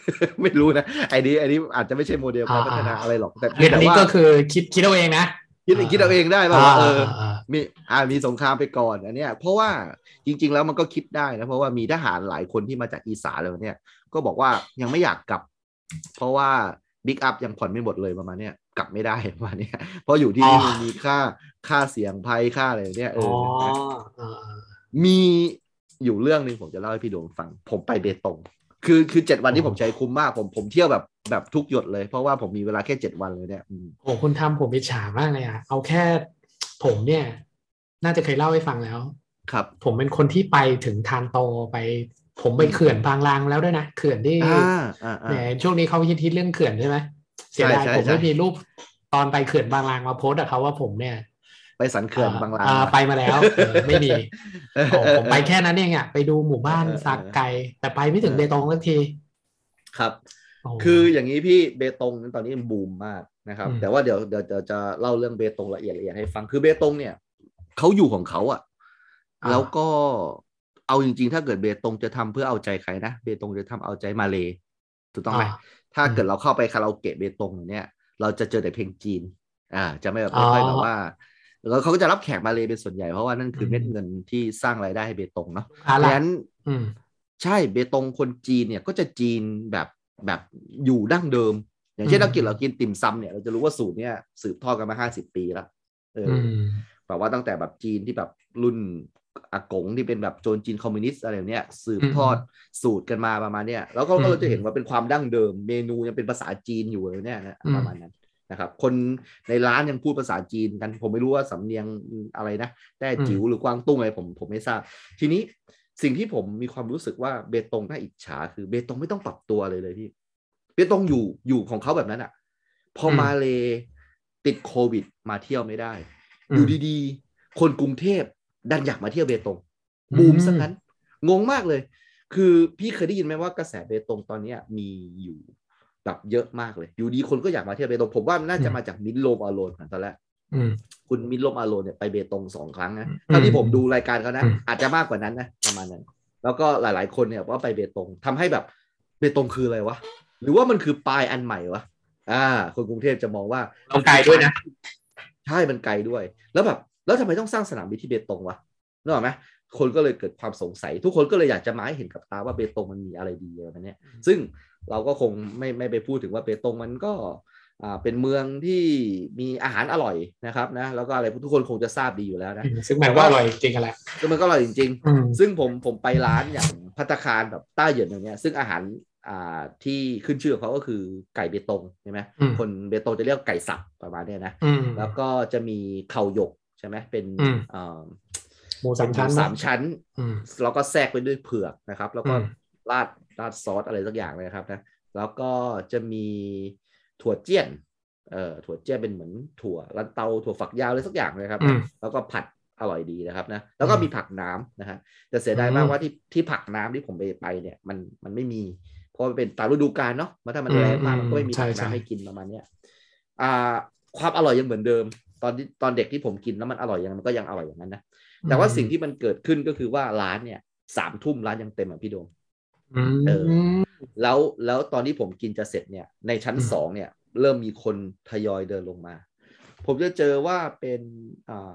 Speaker 2: ไม่รู้นะไอ้นี้ไอ้นี้อาจจะไม่ใช่โมเดลการพัฒนา
Speaker 3: อ่า
Speaker 2: อะไรหรอก แต่
Speaker 3: เรื่อง
Speaker 2: แต่
Speaker 3: นี้
Speaker 2: ว่า
Speaker 3: ก็คือคิดคิดเอาเองนะ
Speaker 2: คิดคิดเอาเองได้ป่ะว่าเออ
Speaker 3: า
Speaker 2: มีอ่ามีสงครามไปก่อนอันเนี้ยเพราะว่าจริง ๆ แล้วมันก็คิดได้นะเพราะว่ามีทหารหลายคนที่มาจากอีสานแล้วเนี่ย ก็บอกว่ายังไม่อยากกลับ เพราะว่าบิ๊กอัพยังผ่อนไม่หมดเลยประมาณเนี้ยกลับไม่ได้ประมาณเนี้ยเพราะอยู่ที่นี่มันมีค่าค่าเสียงภัยค่าอะไรเนี่ยเอ
Speaker 3: อ๋อ
Speaker 2: ออ
Speaker 3: อ่าอ่า
Speaker 2: มีอยู่เรื่องหนึ่งผมจะเล่าให้พี่โดมฟัง ผมไปเบตงคือคือเจ็ดวันที่ผมใช้คุ้มมาก ผมผมเที่ยวแบบแบบทุกหยดเลยเพราะว่าผมมีเวลาแค่เจ็ดวันเลยเนี่ยอืม
Speaker 3: โอ้คุณทำผมอิจฉามากเลยอ่ะ เอาแค่ผมเนี่ย น่าจะเคยเล่าให้ฟังแล้ว
Speaker 2: ครับ
Speaker 3: ผมเป็นคนที่ไปถึงทานโตไป ผมไปเขื่อนบางลางแล้วด้วยนะเขื่อนที่
Speaker 2: อ่าอ่าอ่า
Speaker 3: เนี่ยช่วงนี้เขาฮิตๆเรื่องเขื่อนใช่ไหมเสียดาย
Speaker 2: ใช่ใช่
Speaker 3: ผม
Speaker 2: ใช่
Speaker 3: ไม่มีรูปตอนไปเขื่อนบางลางมาโพสต์กับเขาว่าผมเนี่ย
Speaker 2: ไปสันเขื่อนบางลา
Speaker 3: เอ่อง ไปมาแล้วเออไม่มี
Speaker 2: เออ
Speaker 3: ผม
Speaker 2: เออ
Speaker 3: ผมไปแค่นั้นเองอ่ะไปดูหมู่บ้าน
Speaker 2: เออเออ
Speaker 3: สักไก่แต่ไปไม่ถึงเบตงสักที
Speaker 2: ครับ
Speaker 3: โอ้
Speaker 2: คืออย่างนี้พี่เบตงนั้นตอนนี้มันบูมมากนะครับ
Speaker 3: อืม
Speaker 2: แต่ว่าเดี๋ยวเดี๋ยวเดี๋ยวจะเล่าเรื่องเบตงละเอียดละเอียดให้ฟังคือเบตงเนี่ยเขาอยู่ของเขาอะแล้วก็เอาจริง ๆ ถ้าเกิดเบตงจะทำเพื่อเอาใจใครนะเบตงจะทำเอาใจมาเลยถูกต้องไหม
Speaker 3: อ่า
Speaker 2: ถ้าเกิดเราเข้าไปคาราโอเกะเบตงเนี่ยเราจะเจอแต่เพลงจีน อ่า จะไม่แบบไม่ค่อย
Speaker 3: อ๋อ
Speaker 2: แบบว่าแล้วเขาก็จะรับแขกมาเลยเป็นส่วนใหญ่เพราะว่านั่นคืออ
Speaker 3: ม
Speaker 2: เม็ดเงินที่สร้างรายได้ให้เบตงเนาะ
Speaker 3: ลูกค้า
Speaker 2: เพ
Speaker 3: หลั
Speaker 2: ราะฉะ
Speaker 3: ก
Speaker 2: นั้น
Speaker 3: อืม
Speaker 2: ใช่เบตงคนจีนเนี่ยก็จะจีนแบบแบบอยู่ดั้งเดิม อย่างเช่น
Speaker 3: อืม
Speaker 2: เรากินเรากินติ่มซำเนี่ยเราจะรู้ว่าสูตรเนี่ยสืบทอดกันมาห้าสิบปีแล้วเออ
Speaker 3: อื
Speaker 2: อ
Speaker 3: ม
Speaker 2: แบบว่าตั้งแต่แบบจีนที่แบบรุ่นอากงที่เป็นแบบโจรจีนคอมมิวนิสต์อะไรแบบเนี้ยสืบทอดสูตรกันมาประมาณเนี้ยแล้วก็
Speaker 3: อืม
Speaker 2: ก็เราจะเห็นว่าเป็นความดั้งเดิม เมนูยังเป็นภาษาจีนอยู่เลยเนี่ยนะ
Speaker 3: อืม
Speaker 2: ประมาณนั้นนะครับ คนในร้านยังพูดภาษาจีนกัน ผมไม่รู้ว่าสำเนียงอะไรนะแต่จิ๋วหรือกวางตุ้งอะไรผมผมไม่ทราบ ทีนี้สิ่งที่ผมมีความรู้สึกว่าเบตงน่าอิจฉาคือเบตงไม่ต้องปรับตัวเลยเลยพี่ เบตงอยู่อยู่ของเขาแบบนั้นอะ่ะ พออ
Speaker 3: ม
Speaker 2: มาเลติดโควิดมาเที่ยวไม่ได้
Speaker 3: อื
Speaker 2: อ
Speaker 3: ม
Speaker 2: ยู่ดีๆ คนกรุงเทพดันอยากมาเที่ยวเบตง บูมซะงั้น งงมากเลย คือพี่เคยได้ยินไหมว่ากระแสเบตงตอนเนี้ยมีอยู่แบบเยอะมากเลย อยู่ดีคนก็อยากมาเที่ยวเบตง ผมว่าน่าจะ
Speaker 3: อืม
Speaker 2: มาจากมินโลมอาโลนตอนแรก
Speaker 3: อืม
Speaker 2: คุณมินลมอาโลเนี่ยไปเบตงสองครั้งนะ
Speaker 3: อืม
Speaker 2: เท่าที่ผมดูรายการเขานะ
Speaker 3: อืม
Speaker 2: อาจจะมากกว่านั้นนะประมาณนั้น แล้วก็หลายๆคนเนี่ยก็ไปเบตงทำให้แบบเบตงคืออะไรวะ หรือว่ามันคือปลายอันใหม่วะอ่า คนกรุงเทพจะมองว่า
Speaker 3: เราไกลด้วยนะ
Speaker 2: ใช่มันไกลด้วย แล้วแบบ แล้วทำไมต้องสร้างสนามบินที่เบตงวะนึกออกไหมคนก็เลยเกิดความสงสัย ทุกคนก็เลยอยากจะมาให้เห็นกับตาว่าเบตงมันมีอะไรดีอะไรแบบเนี้ยซึ่งเราก็คงไม่ไม่ไปพูดถึงว่าเบตงมันก็อ่าเป็นเมืองที่มีอาหารอร่อยนะครับนะ แล้วก็อะไรทุกคนคงจะทราบดีอยู่แล้วนะ
Speaker 3: อืมซึ่งหมายว่าอร่อยจริงกันแหละ
Speaker 2: ซึ่งมันก็อร่อยจริง
Speaker 3: อืม
Speaker 2: ๆ ซึ่งผมผมไปร้านอย่างพัตตาคารแบบต้าเหยินอย่างเงี้ย ซึ่งอาหารอ่าที่ขึ้นชื่อของเขาก็คือไก่เบตงใช่ไหม
Speaker 3: อืม
Speaker 2: คนเบตงจะเรียกไก่สับประมาณเนี้ยนะ
Speaker 3: อืม
Speaker 2: แล้วก็จะมีเข่าหยกใช่ไหมเป็น
Speaker 3: อืม
Speaker 2: เอ่อ
Speaker 3: หมูสามชั้น
Speaker 2: ห
Speaker 3: เนอะ
Speaker 2: สามชั้น
Speaker 3: อืม
Speaker 2: แล้วก็แทรกไปด้วยเผือกนะครับ แล้วก็
Speaker 3: อืม
Speaker 2: ราดราดซอสอะไรสักอย่างเลยนะครับนะแล้วก็จะมีถั่วเจี้ยนเอ่อถั่วเจี้ยนเป็นเหมือนถั่วลันเตาถั่วฝักยาวอะไรสักอย่างเลยครับ
Speaker 3: อืม
Speaker 2: แล้วก็ผัดอร่อยดีนะครับนะแล้วก็มีผักน้ำนะฮะแต่เสียดายมาก
Speaker 3: อืม
Speaker 2: ว่าที่ที่ผักน้ำที่ผมไปไปเนี่ยมันมันไม่มี เพราะมันเป็นตามฤดูกาลเนาะมันถ้ามัน
Speaker 3: อืม
Speaker 2: แรงมากมันก็ไม่มี
Speaker 3: ใช่
Speaker 2: ผัก
Speaker 3: ใช่
Speaker 2: น้ำให้กินประมาณเนี้ยอ่าความอร่อยยังเหมือนเดิม ตอนที่ตอนเด็กที่ผมกินแล้วมันอร่อยยังไงมันก็ยังอร่อยอย่างนั้นนะ แต่ว่าสิ่งที่มันเกิดขึ้นก็คือว่าร้านเนี่ยสามทุ่มร้านยังเต็มอ่ะพี่โดม
Speaker 3: อืม
Speaker 2: เออ แล้วแล้วตอนที่ผมกินจะเสร็จเนี่ยในชั้น
Speaker 3: อืม
Speaker 2: สองเนี่ยเริ่มมีคนทยอยเดินลงมา ผมจะเจอว่าเป็นอ่า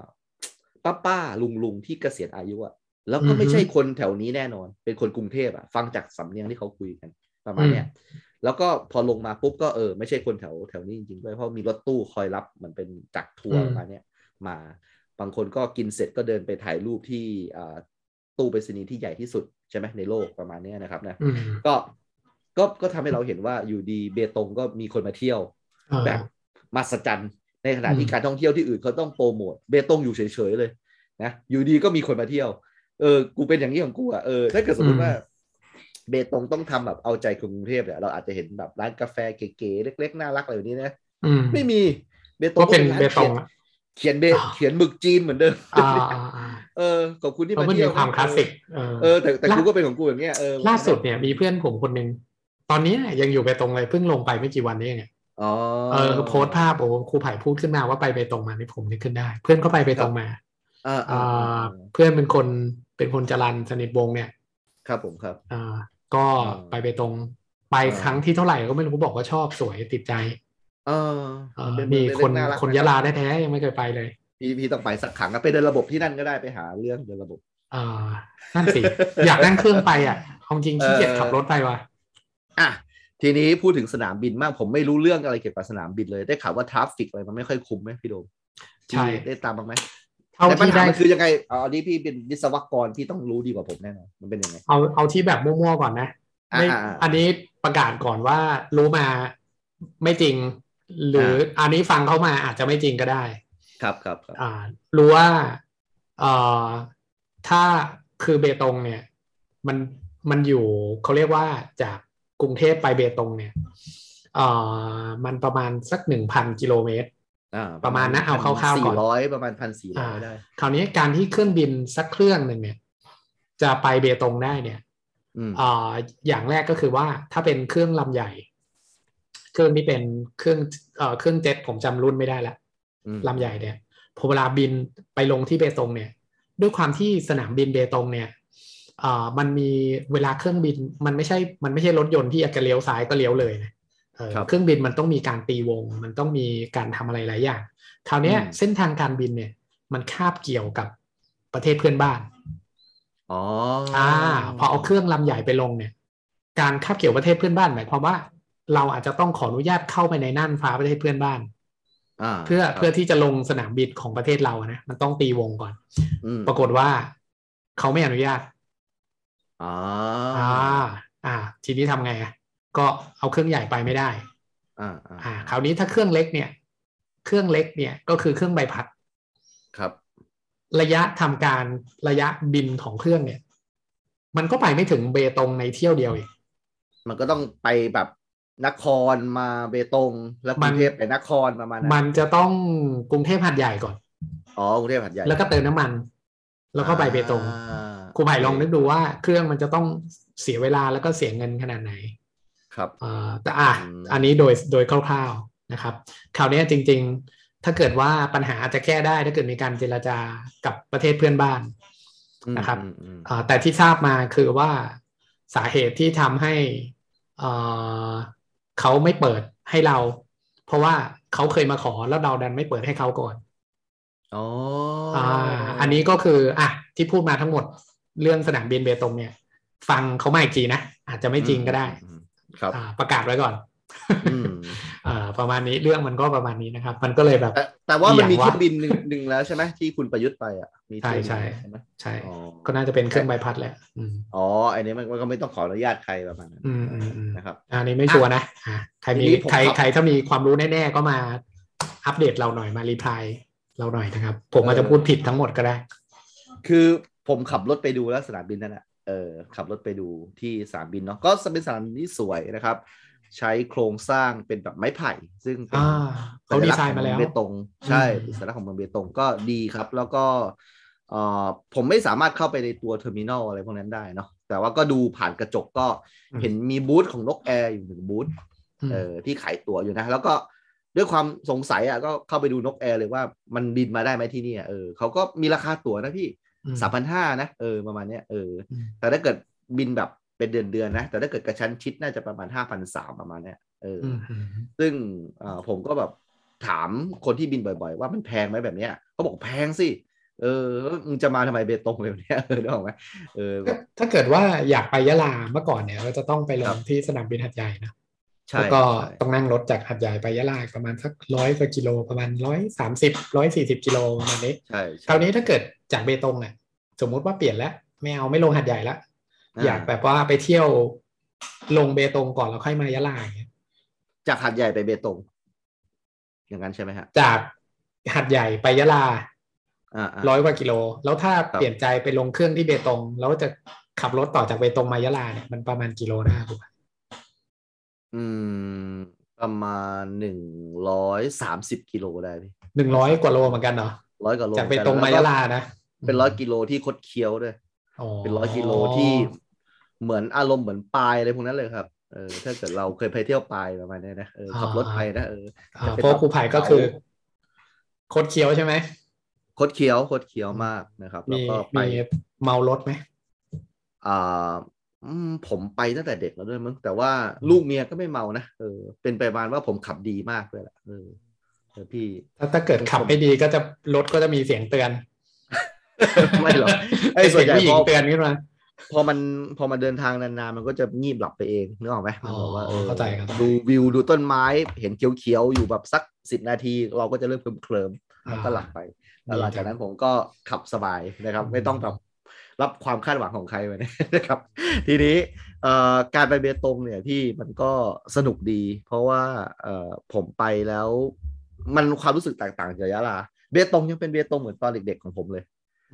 Speaker 2: ป้าป้าลุงลุงๆที่เกษียณอายุอะแล้วก็ไม่ใช่คนแถวนี้แน่นอน เป็นคนกรุงเทพอะฟังจากสำเนียงที่เขาคุยกันประมาณเนี้ยแล้วก็พอลงมาปุ๊บก็เออไม่ใช่คนแถวแถวนี้จริงๆด้วยเพราะมีรถตู้คอยรับเหมือนเป็นจากทัวร์
Speaker 3: อืม
Speaker 2: ประมาณเนี้ยมาบางคนก็กินเสร็จก็เดินไปถ่ายรูปที่อ่าตู้ไปรษณีย์ที่ใหญ่ที่สุดใช่ไหมในโลกประมาณเนี้ยนะครับนะ
Speaker 3: อืม
Speaker 2: ก็ก็ก็ทำให้เราเห็นว่าอยู่ดีเบตงก็มีคนมาเที่ยว
Speaker 3: เออ
Speaker 2: แบบมหัศจรรย์ในขณะ
Speaker 3: อืม
Speaker 2: ที่การท่องเที่ยวที่อื่นเขาต้องโปรโมทเบตงอยู่เฉยๆเลย นะอยู่ดีก็มีคนมาเที่ยวเออกูเป็นอย่างนี้ของกูอ่ะเออถ้าเกิดสมมติว่า เบตงต้องทำแบบเอาใจคนกรุงเทพเนี่ยเราอาจจะเห็นแบบร้านกาแฟเก๋ๆเล็ก ๆ น่ารักอะไรแบบนี้นะ
Speaker 3: อืม
Speaker 2: ไม่มีเบตง
Speaker 3: ก็เป็น
Speaker 2: ร้า
Speaker 3: เบต
Speaker 2: ขี
Speaker 3: ง
Speaker 2: ยน
Speaker 3: อะ
Speaker 2: เขียนเบ
Speaker 3: อ่า
Speaker 2: เขียนหมึกจีนเหมือนเดิม
Speaker 3: อ่าอ่าอ่า
Speaker 2: เออขอบคุณที่
Speaker 3: เพราะ
Speaker 2: มา
Speaker 3: มัน
Speaker 2: เที่
Speaker 3: มี
Speaker 2: ยว
Speaker 3: ความคลาสสิกเออ
Speaker 2: เออแต่แต่
Speaker 3: ล่า
Speaker 2: กูก็เป็นของกูอย่างเงี้ยเออ
Speaker 3: ล่าสุดเนี่ยมีเพื่อนผมคนหนึ่งตอนนี้ยังอยู่เบตงเลยเพิ่งลงไปไม่กี่วันนี้เองอะ
Speaker 2: อ๋อ
Speaker 3: เออโพสต์ภาพโอ้โหครูไผ่พูดขึ้นมาว่าไปเบตงมานี่ผมนึกขึ้นได้ เพื่อนก็ไปเบตงมา
Speaker 2: อ่า
Speaker 3: อ่
Speaker 2: อ่าอ่า
Speaker 3: าเพื่อนเป็นคนเป็นคนจรันสนิทวงศ์เนี่ย
Speaker 2: ครับผมครับ
Speaker 3: อ่าก็
Speaker 2: อ่า
Speaker 3: ไปเบตงไป
Speaker 2: อ่า
Speaker 3: ครั้งที่เท่าไหร่ก็ไม่รู้บอกว่าชอบสวยติดใจ
Speaker 2: เออ
Speaker 3: เอ่อ
Speaker 2: เป็น
Speaker 3: มี
Speaker 2: เรื่อง
Speaker 3: คน
Speaker 2: รัก
Speaker 3: คนยะลาแท้ๆยังไม่เคยไปเลย
Speaker 2: พี่พี่ต้องไปสักขังนะไปเดินระบบที่นั่นก็ได้ไปหาเรื่องเดินระบบ
Speaker 3: อ่านั่นสิ อยากนั่งเครื่องไปอ่ะเอาจริงขี้เกียจขับรถไปว่ะ
Speaker 2: อ่ะทีนี้พูดถึงสนามบินมากผมไม่รู้เรื่องอะไรเกี่ยวกับสนามบินเลยได้ข่าวว่าทราฟฟิกอะไรมันไม่ค่อยคุ้มไหมพี่โดม
Speaker 3: ใช่
Speaker 2: ได้ตามบ้างไหม
Speaker 3: เท่า
Speaker 2: แต่ปัญ
Speaker 3: ที่
Speaker 2: หา
Speaker 3: ได้
Speaker 2: มันคือยังไงเอาอันนี้พี่เป็นวิศวกรที่ต้องรู้ดีกว่าผมแน่นอนมันเป็นยังไง
Speaker 3: เอาเอาที่แบบมั่วๆก่อนนะ
Speaker 2: อ่า
Speaker 3: ไม่
Speaker 2: อ่าอ่า
Speaker 3: อันนี้ประกาศก่อนว่ารู้มาไม่จริง หรืออันนี้ฟังเข้ามาอาจจะไม่จริงก็ได้
Speaker 2: ครับครับครับ
Speaker 3: อ่ารู้ว่าเอ่อถ้าคือเบตงเนี่ยมันมันอยู่เขาเรียกว่าจากกรุงเทพไปเบตงเนี่ยเอ่อมันประมาณสักหนึ่งพันกิโลเมตร
Speaker 2: อ่า
Speaker 3: ประมาณนะเอาคร่าวๆก่อน
Speaker 2: สี่ร้อยประมาณพันสี่ร้อยได้
Speaker 3: คราวนี้การที่เครื่องบินสักเครื่องหนึ่งเนี่ยจะไปเบตงได้เนี่ย
Speaker 2: อืม
Speaker 3: เอ่ออย่างแรกก็คือว่าถ้าเป็นเครื่องลำใหญ่ เครื่องที่เป็นเครื่องเอ่อเครื่องเจ็ตผมจำรุ่นไม่ได้ละ
Speaker 2: อืม
Speaker 3: ลำใหญ่เนี่ยพอเวลาบินไปลงที่เบตงเนี่ย ด้วยความที่สนามบินเบตงเนี่ยเอ่อมันมีเวลาเครื่องบินมันไม่ใช่ มันไม่ใช่รถยนต์ที่อยากจะเลี้ยวซ้ายก็เลี้ยวเลยนะเออเครื่องบินมันต้องมีการตีวง มันต้องมีการทำอะไรหลายอย่างคราวเนี้ยเส้นทางการบินเนี่ยมันคาบเกี่ยวกับประเทศเพื่อนบ้าน
Speaker 2: อ๋ออ่า
Speaker 3: อ่าพอเอาเครื่องลำใหญ่ไปลงเนี่ย การคาบเกี่ยวประเทศเพื่อนบ้านหมายความว่า เราอาจจะต้องขออนุญาตเข้าไปในน่านฟ้าประเทศเพื่อนบ้าน เพื่อเพื่อที่จะลงสนามบินของประเทศเราอะนะมันต้องตีวงก่อน
Speaker 2: ม
Speaker 3: ปรากฏว่าเขาไม่อนุญาต
Speaker 2: อ่า
Speaker 3: อ่า อ่า ทีนี้ทำไงอะก็เอาเครื่องใหญ่ไปไม่ได้
Speaker 2: อ่า
Speaker 3: อ่า คราวนี้ถ้าเครื่องเล็กเนี่ย เครื่องเล็กเนี่ยก็คือเครื่องใบพัด
Speaker 2: ครับ
Speaker 3: ระยะทำการระยะบินของเครื่องเนี่ย มันก็ไปไม่ถึงเบตงในเที่ยวเดียวอีก
Speaker 2: มันก็ต้องไปแบบนครมาเบตงแล้วก
Speaker 3: มั
Speaker 2: รุง
Speaker 3: น
Speaker 2: เทพไปนครประมาณนั้น
Speaker 3: มันจะต้องกรุงเทพหัดใหญ่ก่อน
Speaker 2: อ๋อกรุงเทพหัดใหญ่
Speaker 3: แล้วก็เติมน้ำมัน แล้วก็ไปเบตง
Speaker 2: อ่า
Speaker 3: ครูไผ่ลองนึกดูว่าเครื่องมันจะต้องเสียเวลาแล้วก็เสียเงินขนาดไหน
Speaker 2: ครับ
Speaker 3: เอ่อแต่อ่ะ
Speaker 2: อืม
Speaker 3: อันนี้โดยโดยคร่าวๆนะครับคราวเนี้ยจริงๆ ถ้าเกิดว่าปัญหาอาจจะแก้ได้ถ้าเกิดมีการเจรจากับประเทศเพื่อนบ้าน นะครับ
Speaker 2: อืมอืมอืม
Speaker 3: เอ่อแต่ที่ทราบมาคือว่าสาเหตุที่ทำให้เอ่อเขาไม่เปิดให้เรา เพราะว่าเขาเคยมาขอแล้วเราดันไม่เปิดให้เขาก่อน
Speaker 2: อ๋อ
Speaker 3: อ่าอันนี้ก็คืออ่ะที่พูดมาทั้งหมดเรื่องสนามบินเบตงเนี่ย ฟังเขามาอีกทีนะอาจจะไม่จริงก็ได้
Speaker 2: อืมครับ
Speaker 3: อ่าประกาศไว้ก่อน
Speaker 2: อืม
Speaker 3: เอ่อประมาณนี้เรื่องมันก็ประมาณนี้นะครับ มันก็เลยแบบ
Speaker 2: แต่แต่ว่ามันมี
Speaker 3: อย่างวะ
Speaker 2: เที่ยวบินหนึ่งหนึ่งแล้วใช่ไหมที่คุณประยุทธ์ไปอ่ะมีเที่ยวบิน
Speaker 3: ใช่ใช่
Speaker 2: ไหม
Speaker 3: ใช่
Speaker 2: อ๋อ
Speaker 3: ก็น่าจะเป็นเครื่องใบพัดแหละอืม
Speaker 2: อ๋อไอ้นนี้มันก็ไม่ต้องขออนุญาตใครประมาณนั้น
Speaker 3: อืมอืมอืม
Speaker 2: นะครับ
Speaker 3: อันนี้ไม่ชัวร์นะอ่ะใครมี
Speaker 2: ทีนี้ผม
Speaker 3: ใคร
Speaker 2: ครับ
Speaker 3: ใครถ้ามีความรู้แน่ๆก็มาอัปเดตเราหน่อยมารีพลายเราหน่อยนะครับ ผมอาจจะพูดผิดทั้งหมดก็ได้
Speaker 2: คือผมขับรถไปดูแล้วสนามบินนั่นแหละเออขับรถไปดูที่สนามบินเนาะก็เป็นสนามบินที่สวยนะครับ ใช้โครงสร้างเป็นแบบไม้ไผ่ ซึ่งเป็น
Speaker 3: อ่าเขาดีไซน์มาแล้ว
Speaker 2: เบตงใช่
Speaker 3: อืม
Speaker 2: เป็นสัญลักษณ์ของเมืองเบตงก็ดีครับ แล้วก็เอ่อผมไม่สามารถเข้าไปในตัวเทอร์มินอลอะไรพวกนั้นได้เนาะแต่ว่าก็ดูผ่านกระจกก็เห็นมีบูธของนกแอร์อยู่หนึ่งบูธเออที่ขายตั๋วอยู่นะ แล้วก็ด้วยความสงสัยอ่ะก็เข้าไปดูนกแอร์เลยว่ามันบินมาได้ไหมที่เนี่ยเออเขาก็มีราคาตั๋วนะพี่
Speaker 3: อื
Speaker 2: สามพันห้านะเออประมาณเนี้ยเออ
Speaker 3: อืม
Speaker 2: แต่ถ้าเกิดบินแบบเป็นเดือนเดือนๆนะ แต่ถ้าเกิดกระชั้นชิดน่าจะประมาณห้าพันสามประมาณเนี้ยเอออ
Speaker 3: อืมอืม
Speaker 2: ซึ่งเอ่อผมก็แบบถามคนที่บินบ่อยๆ ว่ามันแพงไหมแบบเนี้ยเขาบอกแพงสิ เออมึงจะมาทำไมเบตงเลย เนี้ยเออได้ไหมเออแบ
Speaker 3: ถ้า
Speaker 2: บ
Speaker 3: ถ้าเกิดว่าอยากไปยะลาเมื่อก่อนเนี่ย ก็จะต้องไปล
Speaker 2: ครั
Speaker 3: ง
Speaker 2: บ
Speaker 3: ที่สนามบินหัดใหญ่นะ
Speaker 2: ใช่
Speaker 3: แล้วก็
Speaker 2: ใช่
Speaker 3: ต้องนั่งรถจากหัดใหญ่ไปยะลาอีกประมาณสักร้อยกว่ากิโลประมาณร้อยสามสิบร้อยสี่สิบกิโลประมาณนี้
Speaker 2: ใช่ใช่
Speaker 3: คราวนี้ถ้าเกิดจากเบตงเนี่ยสมมุติว่าเปลี่ยนแล้วไม่เอาไม่ลงหัดใหญ่ละอยากแบบว่าไปเที่ยวลงเบตงก่อนแล้วค่อยมายะลาอย่างเงี้ย
Speaker 2: จากหัดใหญ่ไปเบตง อย่างนั้นใช่ไหมฮะ
Speaker 3: จากหัดใหญ่ไปยะลา
Speaker 2: อ่าๆ
Speaker 3: ร้อยกว่ากิโล แล้วถ้า
Speaker 2: ครับ
Speaker 3: เปลี่ยนใจไปลงเครื่องที่เบตง แล้วจะขับรถต่อจากเบตงมายะลาเนี่ยมันประมาณกิโลหน้าถูกไหม
Speaker 2: อืม ประมาณหนึ่งร้อยสามสิบกิโลได้พี่
Speaker 3: หนึ่งร้อยกว่าโลเหมือนกันเหรอ
Speaker 2: ร้อยกว่าโล
Speaker 3: จากเบตงมายะลานะ
Speaker 2: เป็นร้อยกิโลที่คดเคี้ยวด้วย เป็นร้อยกิโลที่เหมือนอารมณ์เหมือนปลายอะไรพวกนั้นเลยครับเออถ้าเกิดเราเคยไปเที่ยวปลายประมาณเนี้ยนะเออขับรถไปนะเออ
Speaker 3: อ่าเพราะครูไผ่ก็คือโคดเคี้ยวใช่ไหม
Speaker 2: คดเคี้ยวคดเคี้ยวมากนะครับ แล้ว
Speaker 3: มี
Speaker 2: ก็ไป
Speaker 3: มีเมารถไหม
Speaker 2: อ่าอืมผมไปตั้งแต่เด็กแล้วด้วยมั้งแต่ว่าลูกเมียก็ไม่เมานะเออเป็นไปประมาณว่าผมขับดีมากด้วยแหละเออเออพี่
Speaker 3: ถ้าถ้าเกิดขับไม่ดีก็จะรถก็จะมีเสียงเตือน
Speaker 2: ไม่หรอก ไอ้
Speaker 3: ไอ้
Speaker 2: ส่วย นให
Speaker 3: เสีง
Speaker 2: ญ่
Speaker 3: ผู้หญิ
Speaker 2: พ
Speaker 3: ง
Speaker 2: อ
Speaker 3: เตือนขึ้นมา
Speaker 2: พอมันพอมันเดินทางนานๆมันก็จะงีบหลับไปเองนึกออกไหมมันบอกว่า
Speaker 3: อ๋อเข้าใจเข้าใจ
Speaker 2: ดูวิวดูต้นไม้เห็นเขียวๆอยู่แบบสักสิบนาที เราก็จะเริ่มเคลิ้มๆ แล้วก็หลับไปแล้วหลังจากนั้นผมก็ขับสบายนะครับ ไม่ต้องแบบรับความคาดหวังของใครไป นะครับ ทีนี้เอ่อการไปเบตงเนี่ยที่มันก็สนุกดี เพราะว่าเอ่อผมไปแล้ว มันความรู้สึกแตกต่างจากยะลาเบตงยังเป็นเบตงเหมือนตอนเด็กๆของผมเลย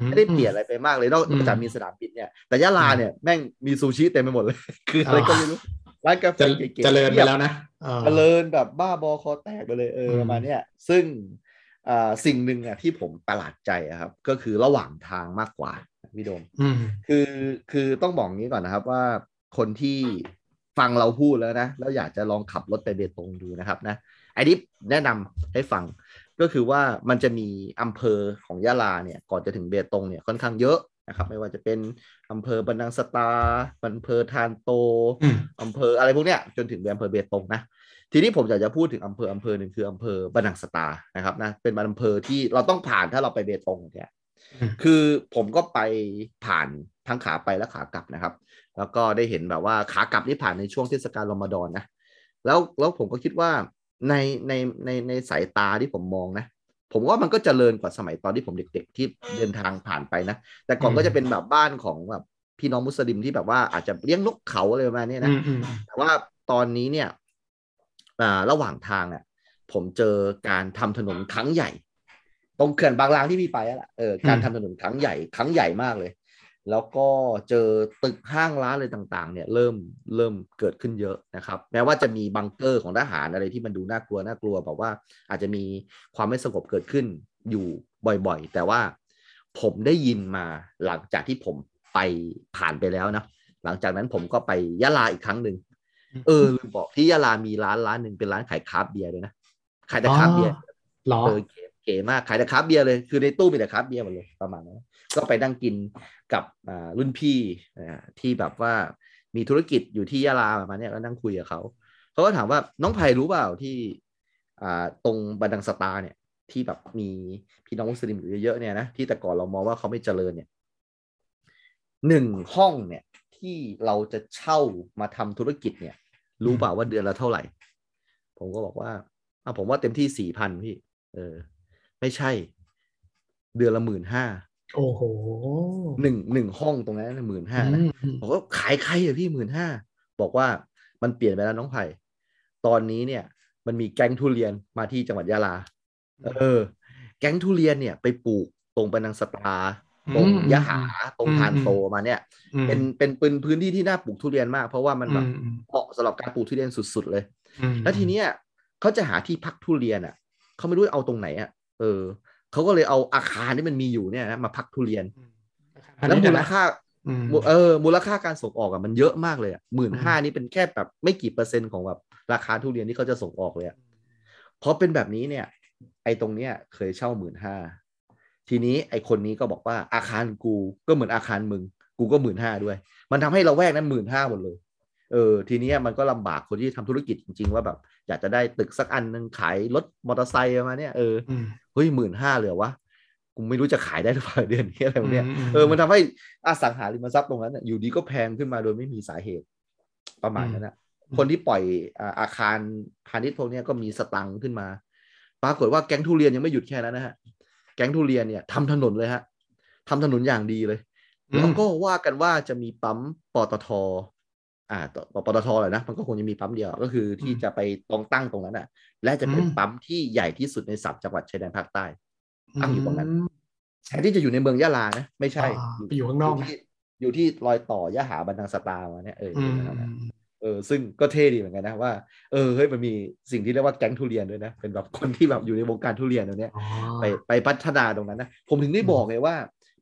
Speaker 3: ม
Speaker 2: ไม่ได้เปลี่ยนอะไรไปมากเลยนอก
Speaker 3: อืม
Speaker 2: จากมีสนามบินเนี่ยแต่ยะลาเนี่ยแม่งมีซูชิเต็มไปหมดเลย คืออะไร
Speaker 3: อ๋อ
Speaker 2: ก็ไม่รู้ร้านกาแฟ
Speaker 3: จะ
Speaker 2: เก๋ๆ
Speaker 3: เจริญไปแล้วนะออ
Speaker 2: เจริญแบบบ้าบอคอแตกไปเลยเออ
Speaker 3: ม
Speaker 2: ประมาณเนี้ยซึ่งอ่าสิ่งหนึ่งอ่ะที่ผมประหลาดใจอะครับ ก็คือระหว่างทางมากกว่าพี่โดม
Speaker 3: อืม
Speaker 2: คือคือต้องบอกงี้ก่อนนะครับว่าคนที่ฟังเราพูดแล้วนะแล้วอยากจะลองขับรถไปเบตงดูนะครับนะไอ้นี้แนะนำให้ฟังก็คือว่ามันจะมีอำเภอของยะลาเนี่ยก่อนจะถึงเบตงเนี่ยค่อนข้างเยอะนะครับไม่ว่าจะเป็นอำเภอบันดังสตาอำเภอทานโต
Speaker 3: อืม
Speaker 2: อำเภออะไรพวกเนี้ยจนถึงเป็นอำเภอเบตงนะทีนี้ผมอยากจะพูดถึงอำเภออำเภอหนึ่งคืออำเภอบันดังสตานะครับนะเป็นอำเภอที่เราต้องผ่านถ้าเราไปเบตงเนี่ย
Speaker 3: อืม
Speaker 2: คือผมก็ไปผ่านทั้งขาไปและขากลับนะครับ แล้วก็ได้เห็นแบบว่าขากลับนี่ผ่านในช่วงเทศกาลรอมฎอนนะแล้วแล้วผมก็คิดว่าในในในในสายตาที่ผมมองนะ ผมว่ามันก็เจริญกว่าสมัยตอนที่ผมเด็ก ๆ ที่เดินทางผ่านไปนะ แต่ก่อนก็จะเป็นแบบบ้านของแบบพี่น้องมุสลิมที่แบบว่าอาจจะเลี้ยงนกเขาอะไรประมาณเนี้ยนะ
Speaker 3: อืมอืม
Speaker 2: แต่ว่าตอนนี้เนี่ยอ่าระหว่างทางเนี่ยผมเจอการทำถนนครั้งใหญ่ ตรงเขื่อนบางลางที่พี่ไปอะล่ะเออการทำถนนครั้งใหญ่ ครั้งใหญ่มากเลย แล้วก็เจอตึกห้างร้านอะไรต่างๆ เนี่ยเริ่มเริ่มเกิดขึ้นเยอะนะครับ แม้ว่าจะมีบังเกอร์ของทหารอะไรที่มันดูน่ากลัวน่ากลัวแบบว่าอาจจะมีความไม่สงบเกิดขึ้นอยู่บ่อยๆ แต่ว่าผมได้ยินมาหลังจากที่ผมไปผ่านไปแล้วนะ หลังจากนั้นผมก็ไปยะลาอีกครั้งหนึ่ง เออลืมบอกที่ยะลามีร้านร้านหนึ่งเป็นร้านขายคราฟต์เบียร์ด้วยนะขายแต่คราฟต์เบียร์
Speaker 3: หรอ
Speaker 2: เออเก๋เก๋มากขายแต่คราฟต์เบียร์เลยคือในตู้มีแต่คราฟต์เบียร์หมดเลยประมาณนั้นก็ไปนั่งกินกับอ่ารุ่นพี่อ่าที่แบบว่ามีธุรกิจอยู่ที่ยะลาประมาณเนี้ยก็นั่งคุยกับเขาเขาก็ถามว่าน้องไพรู้เปล่าที่อ่าตรงบันดังสตาร์เนี่ยที่แบบมีพี่น้องมุสลิมอยู่เยอะๆเนี่ยนะที่แต่ก่อนเรามองว่าเขาไม่เจริญเนี่ยหนึ่งห้องเนี่ยที่เราจะเช่ามาทำธุรกิจเนี่ย รู้เปล่าว่าเดือนละเท่าไหร่ ผมก็บอกว่าอ่ะผมว่าเต็มที่สี่พันพี่ เออ ไม่ใช่ เดือนละหมื่นห้า
Speaker 3: โอ้โห
Speaker 2: หนึ่งหนึ่งห้องตรงนั้นหมื่นห้านะ
Speaker 3: อืมอืม
Speaker 2: ผมก็ขายใครอะพี่หมื่นห้าบอกว่ามันเปลี่ยนไปแล้วน้องไผ่ตอนนี้เนี่ย มันมีแก๊งทุเรียนมาที่จังหวัดยะลา เออ แก๊งทุเรียนเนี่ย ไปปลูกตรงปะนังสตาตรงยะหาตรงทานโตมาเนี่ย
Speaker 3: อืม
Speaker 2: เป็นเป็นเป็นพื้นที่ที่น่าปลูกทุเรียนมาก เพราะว่ามันแบบ
Speaker 3: อืม
Speaker 2: เหมาะสำหรับการปลูกทุเรียนสุดๆเลย
Speaker 3: อืม
Speaker 2: แล้วทีเนี้ยเขาจะหาที่พักทุเรียนอ่ะเขาไม่รู้เอาตรงไหนอ่ะเออเขาก็เลยเอาอาคารที่มันมีอยู่เนี่ยนะมาพักทุเรียน
Speaker 3: อัน
Speaker 2: แล้ว
Speaker 3: นี้
Speaker 2: มู
Speaker 3: เดี๋ย
Speaker 2: ล
Speaker 3: นะ
Speaker 2: ค่า
Speaker 3: อืม
Speaker 2: มูเออมูลค่าการส่งออกอ่ะมันเยอะมากเลยอ่ะหมื่น
Speaker 3: อื
Speaker 2: ห้าม นี่เป็นแค่แบบไม่กี่เปอร์เซ็นต์ของแบบราคาทุเรียนที่เขาจะส่งออกเลยอ่ะพอเป็นแบบนี้เนี่ย ไอ้ตรงเนี้ยเคยเช่าหมื่นห้าทีนี้ไอ้คนนี้ก็บอกว่าอาคารกูก็เหมือนอาคารมึง กูก็หมื่นห้าด้วย มันทำให้เราแวกนั้นหมื่นห้าหมดเลย เออ ทีเนี้ยมันก็ลำบากคนที่ทำธุรกิจจริง ๆ ว่าแบบ อยากจะได้ตึกสักอันหนึ่งขายรถมอเตอร์ไซค์ประมาณเนี้ยเออ
Speaker 3: อืม
Speaker 2: เฮ้ยหมื่นห้าเลยเหรอวะกูไม่รู้จะขายได้หรือเปล่า เดือนนี้อะไรแบบเนี้ย
Speaker 3: ม
Speaker 2: เออ มันทำให้อสังหาริมทรัพย์ตรงนั้นน่ะอยู่ดีก็แพงขึ้นมาโดยไม่มีสาเหตุ ประมาณนั้นนะคนที่ปล่อยอ่าอาคารพาณิชย์พวกเนี้ยก็มีสตังค์ขึ้นมา ปรากฏว่าแก๊งทุเรียนยังไม่หยุดแค่นั้นนะฮะ แก๊งทุเรียนเนี่ยทำถนนเลยฮะทำถนนอย่างดีเลย แล้วก็ว่ากันว่าจะมีปั๊มปตท อ่าต่อปตทแหละนะ มันก็คงจะมีปั๊มเดียว ก็คือที่จะไปตรงตั้งตรงนั้นอ่ะ และจะเป็นปั๊มที่ใหญ่ที่สุดในสามจังหวัดชายแดนภาคใต้ ตั้งอยู่ตรงนั้น แทนที่จะอยู่ในเมืองยะลานะ ไม่ใช่
Speaker 3: อ่าไปอยู่ข้างนอก
Speaker 2: ยู่
Speaker 3: นะ
Speaker 2: ที่อยู่ที่รอยต่อยะหาบันดังสตาร์มาเนี่ยเอออ
Speaker 3: อืม
Speaker 2: นั่นแหละเออซึ่งก็เท่ดีเหมือนกันนะว่าเออเฮ้ยมันมีสิ่งที่เรียกว่าแก๊งทุเรียนด้วยนะ เป็นแบบคนที่แบบอยู่ในวงการทุเรียนตรงเนี้ย
Speaker 3: อ๋อ
Speaker 2: ไปไปพัฒนาตรงนั้นนะ ผมถึงได้บอกไงว่า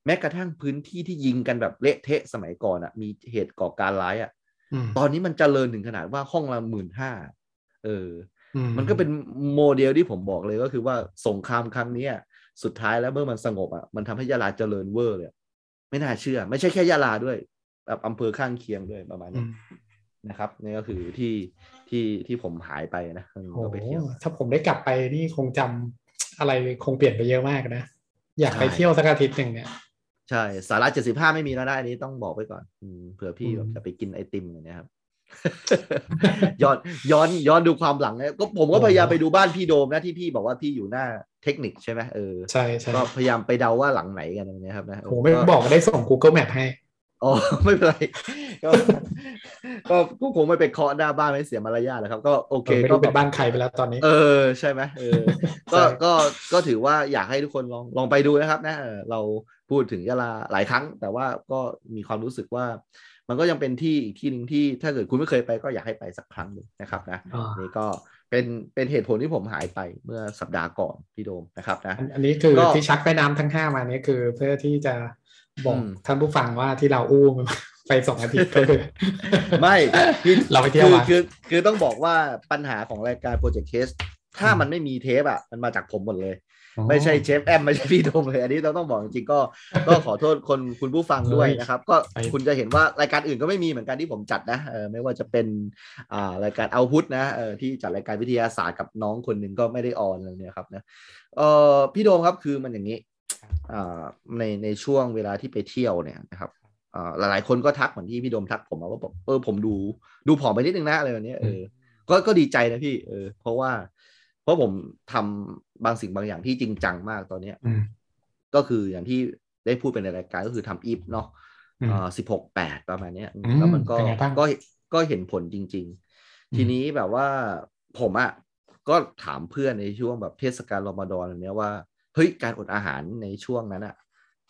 Speaker 2: แม้กระทั่งพื้นที่ที่ยิงกันแบบเละเทะสมัยก่อนอะ่ะ มีเหตุก่อการร้ายอะ่ะ
Speaker 3: อืม
Speaker 2: ตอนนี้มันเจริญถึงขนาดว่าห้องละหมื่นห้าเออ
Speaker 3: อื
Speaker 2: มันก็เป็นโมเดลที่ผมบอกเลยก็คือว่าสงครามครั้งเนี้ยสุดท้ายแล้วเมื่อมันสงบอะ่ะมันทำให้ยะลาเจริญเวอร์เลยอะไม่น่าเชื่อ ไม่ใช่แค่ยะลาด้วยแบบอำเภอข้างเคียงด้วยประมาณ
Speaker 3: อื
Speaker 2: เนี้ย
Speaker 3: ม
Speaker 2: นะครับนี่ก็คือที่ที่ที่ผมหายไปนะอืม
Speaker 3: โอ้
Speaker 2: ก็ไปเที่ยว
Speaker 3: ถ้าผมได้กลับไปนี่คงจำอะไรคงเปลี่ยนไปเยอะมากนะ อยากไป
Speaker 2: ใช่
Speaker 3: เที่ยวสักอาทิตย์หนึ่งเนี่ย
Speaker 2: ใช่ สาระเจ็ดสิบห้าไม่มีแล้วได้อันนี้ต้องบอกไว้ก่อนอืมเผื่อพี่
Speaker 3: อืม
Speaker 2: แบบจะไปกินไอติมอะไรเนะครับ ย้อนย้อนย้อนดูความหลังนะก็ผมก็พยายามไปดูบ้านพี่โดมนะที่พี่บอกว่าพี่อยู่หน้าเทคนิคใช่ไหมเออ
Speaker 3: ใช่ใช่
Speaker 2: ก็พยายามไปเดาว่าหลังไหนกันอย่างเนี้ยครับนะ
Speaker 3: โอ้ไม่บอกได้ส่ง Google Map ให้
Speaker 2: อ๋อ ไม่เป็นไรก็ก็ก็คงไม่ไปเคาะหน้าบ้านไม่เสียมารยาทนะครับ ก็โอเค
Speaker 3: ไม่
Speaker 2: ก็
Speaker 3: รู้เป็นบ้านใครไปแล้วตอนนี้
Speaker 2: เออใช่ไหมเออ ก็
Speaker 3: ใช่
Speaker 2: ก็ก็ถือว่าอยากให้ทุกคนลองลองไปดูนะครับนะเออเราพูดถึงยะลาหลายครั้ง แต่ว่าก็มีความรู้สึกว่า มันก็ยังเป็นที่อีกที่หนึ่งที่ถ้าเกิดคุณไม่เคยไปก็อยากให้ไปสักครั้งหนึ่งนะครับนะ
Speaker 3: อ่า
Speaker 2: นี่ก็เป็นเป็นเหตุผลที่ผมหายไปเมื่อสัปดาห์ก่อนพี่โดมนะครับนะ
Speaker 3: อันอันนี้คือ
Speaker 2: ก็
Speaker 3: ที่ชักแม่น้ำทั้งห้ามาเนี่ยคือ เพื่อที่จะบอก
Speaker 2: อืม
Speaker 3: ท่านผู้ฟังว่าที่เราอู้มัน ไปสองอาทิตย์ก็คือ
Speaker 2: ไม่คือ
Speaker 3: เราไปเที่ยว
Speaker 2: คือ
Speaker 3: มา
Speaker 2: คือคือต้องบอกว่าปัญหาของรายการ Project Case ถ้ามันไม่มีเทปอ่ะมันมาจากผมหมดเลย ไม่ใช่เชฟแอมไม่ใช่พี่โดมเลยอันนี้เราต้องบอกจริงๆก็ ก็ขอโทษคนคุณผู้ฟังด้วยนะครับ ก็
Speaker 3: ไอ้
Speaker 2: คุณจะเห็นว่ารายการอื่นก็ไม่มีเหมือนกันที่ผมจัดนะเออไม่ว่าจะเป็นอ่ารายการเอาพุทนะเออที่จัดรายการวิทยาศาสตร์กับน้องคนหนึ่งก็ไม่ได้ออนอะไรเนี่ยครับนะเออพี่โดมครับคือมันอย่างนี้อ่าในในช่วงเวลาที่ไปเที่ยวเนี่ยนะครับอ่าหลายๆคนก็ทักเหมือนที่พี่โดมทักผมมาว่าแบบเออผมดูดูผอมไปนิดนึงนะอะไรแบบเนี้ยเออ ก็ก็ดีใจนะพี่เออเพราะว่า เพราะผมทำบางสิ่งบางอย่างที่จริงจังมากตอนเนี้ย
Speaker 3: อืม
Speaker 2: ก็คืออย่างที่ได้พูดไปในรายการก็คือทำอีฟเนาะ
Speaker 3: อืม
Speaker 2: สิบหกแปดประมาณเนี้ยอืม
Speaker 3: อืม
Speaker 2: แล้วมันก็
Speaker 3: เป็นไงบ้าง
Speaker 2: ก็ก็เห็นผลจริงๆ
Speaker 3: ม
Speaker 2: ทีนี้แบบว่าผมอะ่ะก็ถามเพื่อนในช่วงแบบเทศกาลรอมฎอนแบบเนี้ยว่าเฮ้ยการอดอาหารในช่วงนั้นอะ่ะ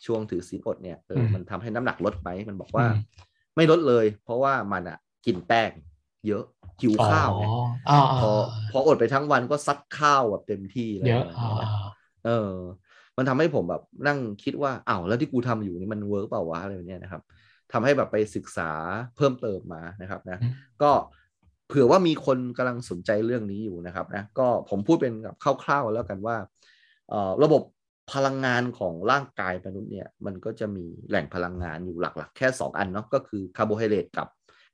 Speaker 2: ช่วงถือศีลอดเนี่ยเอออ
Speaker 3: ม
Speaker 2: มันทำให้น้ำหนักลดไหมมันบอกว่า
Speaker 3: อืม
Speaker 2: ไม่ลดเลย เพราะว่ามันอะ่ะกินแป้งเยอะหิวข้าวไง
Speaker 3: อ๋ออ๋ออ๋อ
Speaker 2: พอพออดไปทั้งวันก็ซัดข้าวแบบเต็มที่เลย
Speaker 3: เยอะ
Speaker 2: ไร
Speaker 3: อ๋อ
Speaker 2: แบบนี้นะเออ มันทำให้ผมแบบนั่งคิดว่าอ้าวแล้วที่กูทำอยู่นี่มันเวิร์กเปล่าวะอะไรแบบเนี้ยนะครับทำให้แบบไปศึกษาเพิ่มเติมมานะครับนะ
Speaker 3: อืม
Speaker 2: ก็เผื่อว่ามีคนกำลังสนใจเรื่องนี้อยู่นะครับนะก็ผมพูดเป็นแบบคร่าวๆแล้วกันว่าเอ่อระบบพลังงานของร่างกายมนุษย์เนี่ยมันก็จะมีแหล่งพลังงานอยู่หลักๆ แค่ 2 อันเนาะก็คือคาร์โบไฮเดรตกับ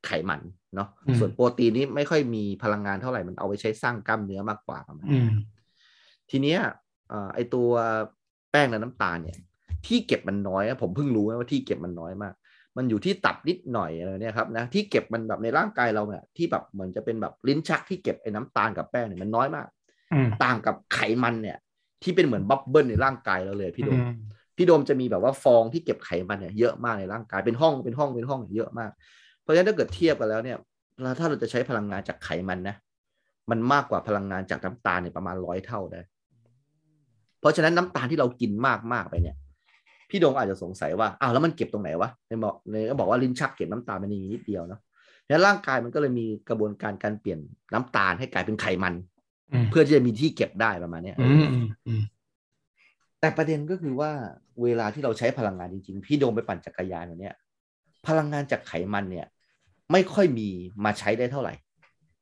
Speaker 2: ไขมันเนาะ
Speaker 3: อืม
Speaker 2: ส่วนโปรตีนนี่ไม่ค่อยมีพลังงานเท่าไหร่มันเอาไปใช้สร้างกล้ามเนื้อมากกว่าประมาณ
Speaker 3: อื
Speaker 2: นั้น
Speaker 3: ม
Speaker 2: ทีเนี้ยเอ่อไอตัวแป้งและน้ำตาลเนี่ยที่เก็บมันน้อยอะผมเพิ่งรู้นะว่าที่เก็บมันน้อยมาก มันอยู่ที่ตับนิดหน่อยอะไรเนี่ยครับนะที่เก็บมันแบบในร่างกายเราเนี่ยที่แบบเหมือนจะเป็นแบบลิ้นชักที่เก็บไอ้น้ำตาลกับแป้งเนี่ยมันน้อยมาก
Speaker 3: อืม
Speaker 2: ต่างกับไขมันเนี่ย ที่เป็นเหมือนบับเบิ้ลในร่างกายเราเลยพี่โด
Speaker 3: อื
Speaker 2: ม
Speaker 3: ม
Speaker 2: พี่โดมจะมีแบบว่าฟองที่เก็บไขมันเนี่ยเยอะมากในร่างกายเป็นห้องเป็นห้องเป็นห้องเนี่ยเยอะมาก เพราะฉะนั้นถ้าเกิดเทียบกันแล้วเนี่ยแล้วถ้าเราจะใช้พลังงานจากไขมันนะมันมากกว่าพลังงานจากน้ำตาลเนี่ยประมาณร้อยเท่าได้ เพราะฉะนั้นน้ำตาลที่เรากินมากๆไปเนี่ย พี่โดงอาจจะสงสัยว่าอ้าวแล้วมันเก็บตรงไหนวะในบอกในก็บอกว่าลิ้นชักเก็บน้ำตาลมันอย่างนี้นิดเดียวเนาะแล้วร่างกายมันก็เลยมีกระบวนการการเปลี่ยนน้ำตาลให้กลายเป็นไขมัน
Speaker 3: อืม
Speaker 2: เพื่อที่จะมีที่เก็บได้ประมาณเนี้ย
Speaker 3: อืมอืมอืม
Speaker 2: แต่ประเด็นก็คือว่าเวลาที่เราใช้พลังงานจริงๆ พี่โดมไปปั่นจักรยานวันเนี้ยพลังงานจากไขมันเนี่ย ไม่ค่อยมีมาใช้ได้เท่าไหร่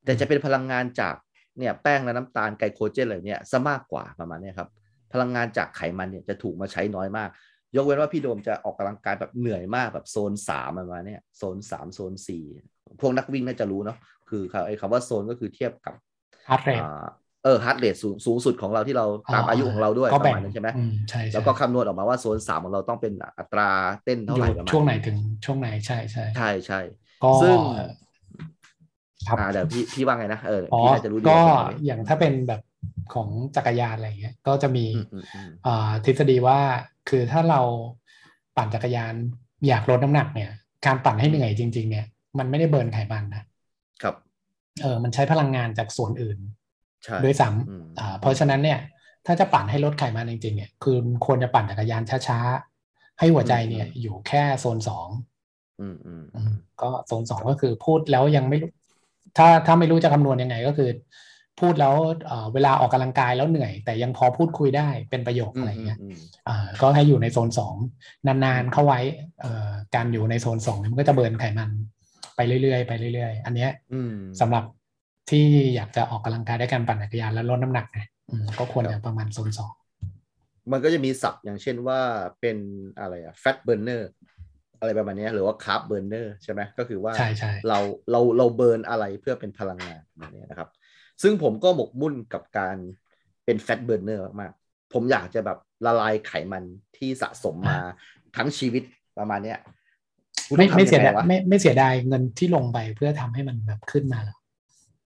Speaker 2: แต่จะเป็นพลังงานจากเนี่ยแป้งและน้ำตาลไกลโคเจนอะไรเนี่ยซะมากกว่าประมาณเนี้ยครับ พลังงานจากไขมันเนี่ยจะถูกมาใช้น้อยมาก ยกเว้นว่าพี่โดมจะออกกำลังกายแบบเหนื่อยมากแบบโซนสามประมาณเนี้ยโซนสามโซนสี่พวกนักวิ่งน่าจะรู้เนาะคือไอ้คำว่าโซนก็คือเทียบกับ
Speaker 3: ฮาร์ดแรท
Speaker 2: อ่าเออฮาร์ดเรทสูงสูงสุดของเราที่เราตาม
Speaker 3: อ๋ออ
Speaker 2: อายุของเราด้วย
Speaker 3: ก็
Speaker 2: ประ
Speaker 3: แบ่ง
Speaker 2: มาณนั้นใช่ไหม
Speaker 3: อืใช่ใช่
Speaker 2: แล้วก็คำนวณออกมาว่าโซนสามของเราต้องเป็นอัตราเต้น
Speaker 3: อ
Speaker 2: เท่าไหร่ประ
Speaker 3: ยู่
Speaker 2: มาณ
Speaker 3: ช่วงไหนถึงช่วงไหนใช่ใช่
Speaker 2: ใช่ใช่
Speaker 3: ก็
Speaker 2: ซึ่ง
Speaker 3: ครับ
Speaker 2: อ่าเดี๋ยว พี่พี่ว่าไงนะเออ
Speaker 3: อ๋อ
Speaker 2: พี่น่าจะรู้ดี
Speaker 3: ก็
Speaker 2: ว่าเป็นยังไง
Speaker 3: อย่างถ้าเป็นแบบของจักรยานอะไรอย่างเงี้ย ก็จะมี
Speaker 2: อืมอืมอืม
Speaker 3: อ่าทฤษฎีว่า คือถ้าเราปั่นจักรยานอยากลดน้ำหนักเนี่ย การปั่นให้เหนื่อยจริง ๆ เนี่ย มันไม่ได้เบิร์นไขมันนะ
Speaker 2: ครับ
Speaker 3: เออ มันใช้พลังงานจากส่วนอื่น
Speaker 2: ใช่
Speaker 3: ด้วยซ้
Speaker 2: อืม
Speaker 3: ำอ่าเพราะฉะนั้นเนี่ย ถ้าจะปั่นให้ลดไขมันจริงๆเนี่ยคือควรจะปั่นจักรยานช้าๆ ให้หัวใจเนี่ย
Speaker 2: อืม
Speaker 3: อยู่แค่โซนสอง
Speaker 2: อืมอืม
Speaker 3: อืมก็โซนสองก็คือพูดแล้วยังไม่รู้ถ้าถ้าไม่รู้จะคำนวณยังไงก็คือ พูดแล้วเอ่อเวลาออกกำลังกายแล้วเหนื่อย แต่ยังพอพูดคุยได้เป็นประโยคอะไรเงี้ย
Speaker 2: ม
Speaker 3: อ่าก็ให้อยู่ในโซนสองนานๆเข้าไว้เอ่อการอยู่ในโซนสองเนี่ยมันก็จะเบิร์นไขมันไปเรื่อยๆไปเรื่อยๆ อันเนี้ย
Speaker 2: อืม
Speaker 3: สำหรับที่อยากจะออกกำลังกายด้วยการปั่นจักรยานและลดน้ำหนักนะอืมก็ควรจะประมาณโซนสอง
Speaker 2: มันก็จะมีศัพท์อย่างเช่นว่าเป็นอะไรอะ fat burner อะไรประมาณเนี้ยหรือว่า carb burner ใช่ไหมก็คือว่า
Speaker 3: ใช่ใช่
Speaker 2: เราเราเราเบิร์นอะไรเพื่อเป็นพลังงานประมาณเนี้ยนะครับ ซึ่งผมก็หมกมุ่นกับการเป็น fat burner มากๆผมอยากจะแบบละลายไขมันที่สะสม มาทั้งชีวิตประมาณเนี้ยกูต้
Speaker 3: ไม่
Speaker 2: องทำ
Speaker 3: ไม่เสีย
Speaker 2: ง
Speaker 3: ดายว
Speaker 2: งะ
Speaker 3: ไม่ไม่เสียดายเงินที่ลงไปเพื่อทำให้มันแบบขึ้นมาเหรอ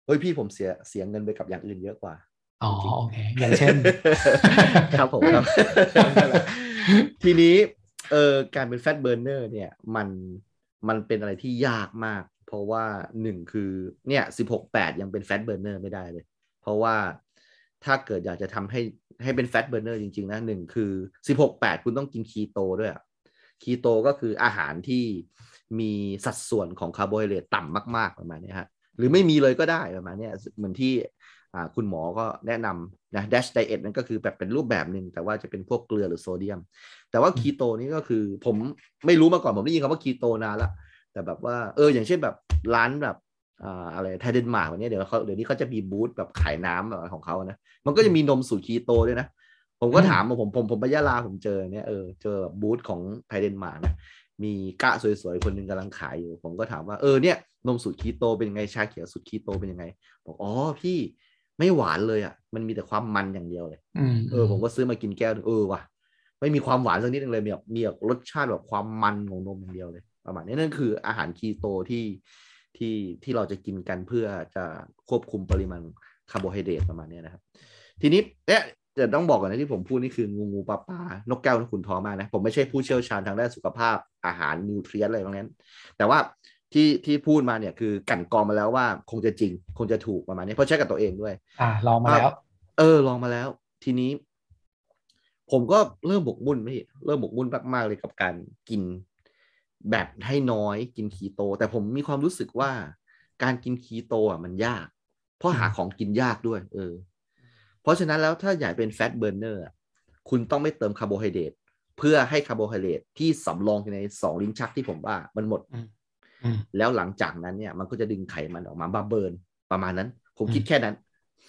Speaker 2: เฮ้ยพี่ผมเสียเสียเงินไปกับอย่างอื่นเยอะกว่า
Speaker 3: อ๋อโอเค อย่างเช่น
Speaker 2: ครับผมครับ ทีนี้เออการเป็นแฟตเบ r ร์เนอร์เนี่ยมันมันเป็นอะไรที่ยากมาก เพราะว่าหนึ่งคือเนี่ยสิบหกแปดยังเป็นแฟตเบ r ร์เนอร์ไม่ได้เลย เพราะว่าถ้าเกิดอยากจะทำให้ให้เป็นแฟตเบ r ร์เนอร์จริง ๆ นะหนึ่งคือสิบหกแปดคุณต้องกินคีโตด้วยคีโตก็คืออาหารที่มีสัดส่วนของคาร์โบไฮเดรตต่ำมาก ๆ ประมาณเนี้ยฮะหรือไม่มีเลยก็ได้ประมาณเนี้ยเหมือนที่ อ่าคุณหมอก็แนะนำนะ dash diet นั่นก็คือแบบเป็นรูปแบบหนึ่งแต่ว่าจะเป็นพวกเกลือหรือโซเดียม แต่ว่าคีโตนี่ก็คือผมไม่รู้มาก่อน ผมได้ยินคำว่าคีโตนานละแต่แบบว่าเอออย่างเช่นแบบร้านแบบอ่าอะไรไทยเดนมาร์กวันนี้เดี๋ยวเขาเดี๋ยวนี้เขาจะมีบูธแบบขายน้ำแบบของเขานะ มันก็จะมีนมสูตรคีโตด้วยนะ ผมก็
Speaker 3: อืม
Speaker 2: ถามว่าผมผมผมไปยะลาผมเจอเนี่ยเออเจอแบบบูธของไทยเดนมาร์กนะ มีกะสวยๆ คนหนึ่งกำลังขายอยู่ ผมก็ถามว่าเออเนี่ยนมสูตรคีโตเป็นยังไงชาเขียวสูตรคีโตเป็นยังไง บอกอ๋อพี่ไม่หวานเลยอ่ะ มันมีแต่ความมันอย่างเดียวเลย
Speaker 3: ม
Speaker 2: เออผมก็ซื้อมากินแก้วหนึงเออว่ะไม่มีความหวานสักนิดนึงเลยมีแบบมีแบบรสชาติแบบความมันของนมอย่างเดียวเลย ประมาณนี้นั่นคืออาหารคีโตที่ที่ที่เราจะกินกันเพื่อจะควบคุมปริมาณคาร์โบไฮเดรตประมาณเนี้ยนะครับ ทีนี้เอ๊ะจะต้องบอกก่อนนะที่ผมพูดนี่คืองูงูปลาปลานกแก้วนกขุนทองมากนะ ผมไม่ใช่ผู้เชี่ยวชาญทางด้านสุขภาพอาหารนิวเทรียนอะไรพวกนั้น แต่ว่าที่ที่พูดมาเนี่ยคือกลั่นกรองมาแล้วว่าคงจะจริงคงจะถูกประมาณนี้เพราะใช้กับตัวเองด้วย
Speaker 3: อ่าลองมาแล้ว
Speaker 2: เออลองมาแล้ว ทีนี้ ผมก็เริ่มบกมุ่นพี่เริ่มบกมุ่นมากๆเลยกับการกินแบบให้น้อยกินคีโต แต่ผมมีความรู้สึกว่าการกินคีโตอ่ะมันยาก เพราะหาของกินยากด้วย เออ เพราะฉะนั้นแล้วถ้าอยากเป็นแฟตเบ r ร์เนอร์คุณต้องไม่เติมคาร์โบไฮเดรตเพื่อให้คาร์โบไฮเดรตที่สำรองอยู่ในสองลิ้นชักที่ผมว่ามันหมด
Speaker 3: อืม
Speaker 2: แล้วหลังจากนั้นเนี่ย มันก็จะดึงไขมันออกมาบาเบิร์นประมาณนั้น ผมคิดแค่นั้น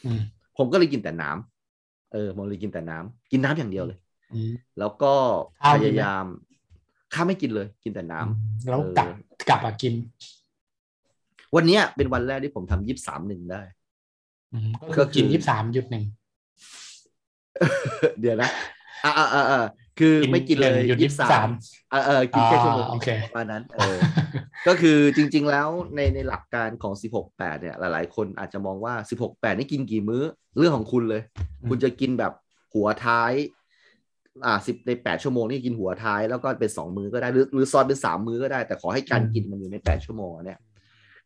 Speaker 3: อืม
Speaker 2: ผมก็เลยกินแต่น้ำ เออผมเลยกินแต่น้ำ กินน้ำอย่างเดียวเลย
Speaker 3: อืม
Speaker 2: แล้วก็
Speaker 3: ข้า
Speaker 2: พ
Speaker 3: วกินไหม
Speaker 2: ยายาม ข้าวไม่กินเลย กินแต่น้ำ
Speaker 3: แล้ว
Speaker 2: เออ
Speaker 3: กลับกลับมากิน
Speaker 2: วันเนี้ยเป็นวันแรกที่ผมทำยี่สามหนึ่งได้
Speaker 3: อืมก็
Speaker 2: ก็
Speaker 3: คือ
Speaker 2: คือ
Speaker 3: กินยี่สามหยุดหนึ่ง
Speaker 2: เดี๋ยว นะ อ่าอ่าอ่าอ่าคือไม่กินเลย
Speaker 3: หยุด
Speaker 2: ยี่สาม
Speaker 3: 23
Speaker 2: เออเออกินแค่
Speaker 3: อ่า
Speaker 2: ชั่วโมง
Speaker 3: โอเค
Speaker 2: ประมาณนั้น เออ ก็คือจริง ๆ แล้วในในหลักการของ 16-8 เนี่ย หลาย ๆ คนอาจจะมองว่า 16-8 นี่กินกี่มื้อ เรื่องของคุณเลย
Speaker 3: อืม
Speaker 2: คุณจะกินแบบหัวท้าย อ่าสิบใน 8 ชั่วโมงนี่กินหัวท้ายแล้วก็เป็น 2 มื้อก็ได้ หรือหรือซอนเป็น 3 มื้อก็ได้ แต่ขอให้การกินมันอยู่ใน 8 ชั่วโมงอะเนี่ย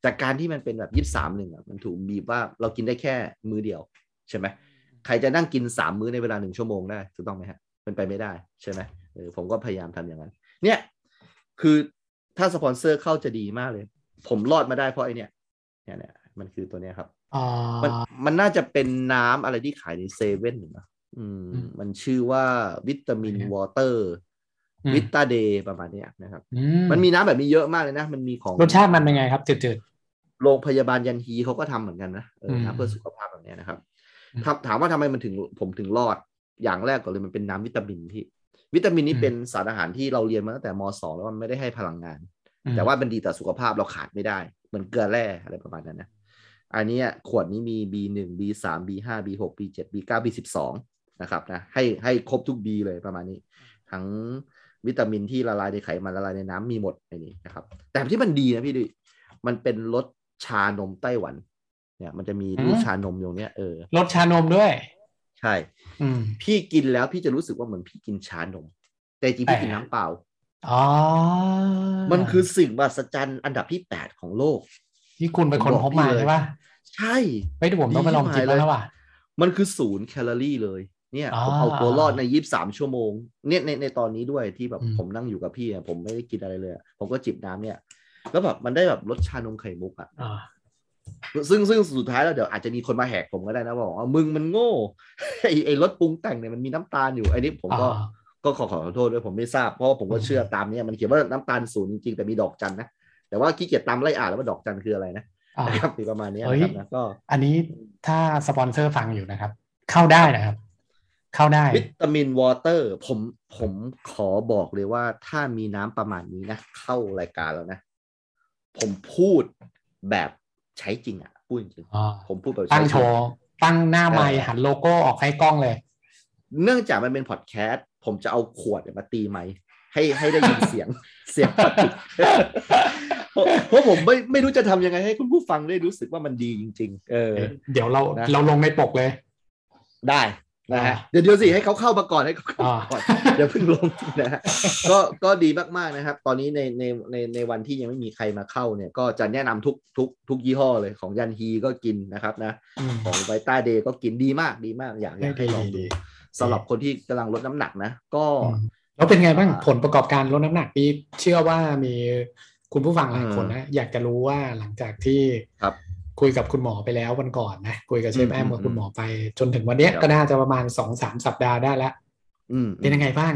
Speaker 2: จากการที่มันเป็นแบบ 23หนึ่งอะมันถูกบีบว่าเรากินได้แค่มื้อเดียว ใช่ไหม ใครจะนั่งกิน 3 มื้อในเวลา 1 ชั่วโมงได้ถูกต้องไหมฮะเป็นไปไม่ได้ใช่ไหมเออผมก็พยายามทำอย่างนั้น เนี่ย คือถ้าสปอนเซอร์เข้าจะดีมากเลย ผมรอดมาได้เพราะไอเนี่ยเนี่ยเนี่ยมันคือตัวเนี้ยครับ
Speaker 3: อ่า
Speaker 2: มันมันน่าจะเป็นน้ำอะไรที่ขายในเซเว่นนะอืม
Speaker 3: อืม
Speaker 2: มันชื่อว่าวิตามิน
Speaker 3: โอเคว
Speaker 2: อเตอร์
Speaker 3: อืม
Speaker 2: วิตาเดย์ประมาณเนี้ยนะครับ
Speaker 3: อื
Speaker 2: มันมีน้ำแบบนี้เยอะมากเลยนะ มันมีของ
Speaker 3: รสชาติมันเป็นไงครับจืด
Speaker 2: โรงพยาบาลยันฮีเขาก็ทำเหมือนกันนะเอออ
Speaker 3: ม
Speaker 2: น้ำเพื่อสุขภาพแบบเนี้ยนะครับ
Speaker 3: อืม
Speaker 2: ครับถามว่าทำไมมันถึงผมถึงรอด อย่างแรกก่อนเลยมันเป็นน้ำวิตามินที่ วิตามิน
Speaker 3: อื
Speaker 2: นี่
Speaker 3: ม
Speaker 2: เป็นสารอาหารที่เราเรียนมาตั้งแต่มสองแล้วว่ามันไม่ได้ให้พลังงาน
Speaker 3: ๆอืม
Speaker 2: แต่ว่ามันดีต่อสุขภาพเราขาดไม่ได้ เหมือนเกลือแร่อะไรประมาณนั้นนะ อันเนี้ยขวดนี้มี B1 B3 B5 B6 B7 B9 B12 นะครับนะให้ให้ครบทุก B เลยประมาณนี้ ทั้งวิตามินที่ละลายในไขมันละลายในน้ำมีหมดในนี้นะครับ แต่ที่มันดีนะพี่ดิมันเป็นรสชานมไต้หวัน เนี่ย มันจะมีรูปชานมอยู่เนี้ยเออ
Speaker 3: รสชานมด้วย
Speaker 2: ใช่
Speaker 3: อืม
Speaker 2: พี่กินแล้วพี่จะรู้สึกว่าเหมือนพี่กินชานม แต่จริงๆพี่กินน้ำเปล่า
Speaker 3: อ๋อ
Speaker 2: มันคือสิ่งมหัศจรรย์อันดับที่แปดของโลก
Speaker 3: ที่คุณเป็นคนพบมาใช่ปะ
Speaker 2: ใช่
Speaker 3: ไม่ถูกผมต้องไปลองกิน
Speaker 2: ดีที่หมายเล
Speaker 3: แล้
Speaker 2: ย
Speaker 3: วว่ะ
Speaker 2: มันคือศูนย์แคลอรี่เลย เนี่ย
Speaker 3: อ่า
Speaker 2: ผมเอาตัวรอดในยี่บสามชั่วโมงเนี่ยในในตอนนี้ด้วยที่แบบ
Speaker 3: อืม
Speaker 2: ผมนั่งอยู่กับพี่อะผมไม่ได้กินอะไรเลยอะผมก็จิบน้ำเนี่ย แล้วแบบมันได้แบบรสชานมไข่มุกอ่ะ
Speaker 3: อ่า
Speaker 2: ซึ่งซึ่งสุดท้ายแล้วเดี๋ยวอาจจะมีคนมาแหกผมก็ได้นะบอกว่ามึงมันโง่ ไอไอรสปรุงแต่งเนี่ยมันมีน้ำตาลอยู่ไอ้นี่ผมก็ ก็ขอขอโทษด้วยผมไม่ทราบเพราะว่าผมก็
Speaker 3: อืม
Speaker 2: เชื่อตามเนี้มันเขียนว่าน้ำตาลศูนย์จริงแต่มีดอกจันนะแต่ว่าขี้เกียจตามไล่อ่านแล้วว่าดอกจันคืออะไรนะ
Speaker 3: อ่า
Speaker 2: นะครับประมาณเนี้ย
Speaker 3: เฮ้
Speaker 2: นะ
Speaker 3: ย
Speaker 2: ครับนะก็
Speaker 3: อันนี้ถ้าสปอนเซอร์ฟังอยู่นะครับ เข้าได้นะครับ เข้าได้
Speaker 2: วิตามินวอเตอร์ผมผมขอบอกเลยว่าถ้ามีน้ำประมาณนี้นะเข้ารายการแล้วนะ ผมพูดแบบใช้จริงอ่ะพูดจริง
Speaker 3: อ่า
Speaker 2: ผมพูดแบบใช้
Speaker 3: ตั้
Speaker 2: จ
Speaker 3: ง
Speaker 2: ริ
Speaker 3: โชว์ ตั้งหน้าไมค์
Speaker 2: เออ
Speaker 3: หันโลโก้ออกให้กล้องเลย
Speaker 2: เนื่องจากมันเป็นพอดแคสต์ผมจะเอาขวดมาตีไมค์ให้ให้ได้ยินเสียง เสียงปฏิเพราะเพราะผมไม่ไม่รู้จะทำยังไงให้คุณผู้ฟังได้รู้สึกว่ามันดีจริง ๆ เออ
Speaker 3: เดี๋ยวเรา
Speaker 2: นะ
Speaker 3: เราลงในปกเลย
Speaker 2: ได้นะฮะ
Speaker 3: อ่า
Speaker 2: เดี๋ยวเดี๋ยวสิให้เขาเข้ามาก่อนให้เขาเข้ามา
Speaker 3: อ่า
Speaker 2: ก่อนเดี๋ยวเพิ่งลงนะฮะก็ก็ดีมากๆนะครับ ตอนนี้ในในในในวันที่ยังไม่มีใครมาเข้าเนี่ย ก็จะแนะนำทุกทุกทุกยี่ห้อเลยของยันฮีก็กินนะครับนะ
Speaker 3: อืม
Speaker 2: ของไวต้าเดย์ก็กินดีมากดีมากอยากอยากให้ลองดู
Speaker 3: ดีดี
Speaker 2: สำหรับคนที่กำลังลดน้ำหนักนะ ก็
Speaker 3: อืมแล้วเป็นไงบ้าง
Speaker 2: อ่า
Speaker 3: ผลประกอบการลดน้ำหนักปีเชื่อว่ามีคุณผู้ฟังหลายคนนะ อยากจะรู้ว่าหลังจากที่
Speaker 2: ครับ
Speaker 3: คุยกับคุณหมอไปแล้ววันก่อนนะ คุยกับเชฟ
Speaker 2: อืม
Speaker 3: แอมกับ
Speaker 2: อืม
Speaker 3: คุณหมอไป จนถึงวันเนี้ย
Speaker 2: ครับ
Speaker 3: ก็น่าจะประมาณสองสามสัปดาห์ได้แล้ว
Speaker 2: อืม
Speaker 3: เป็นยังไงบ้าง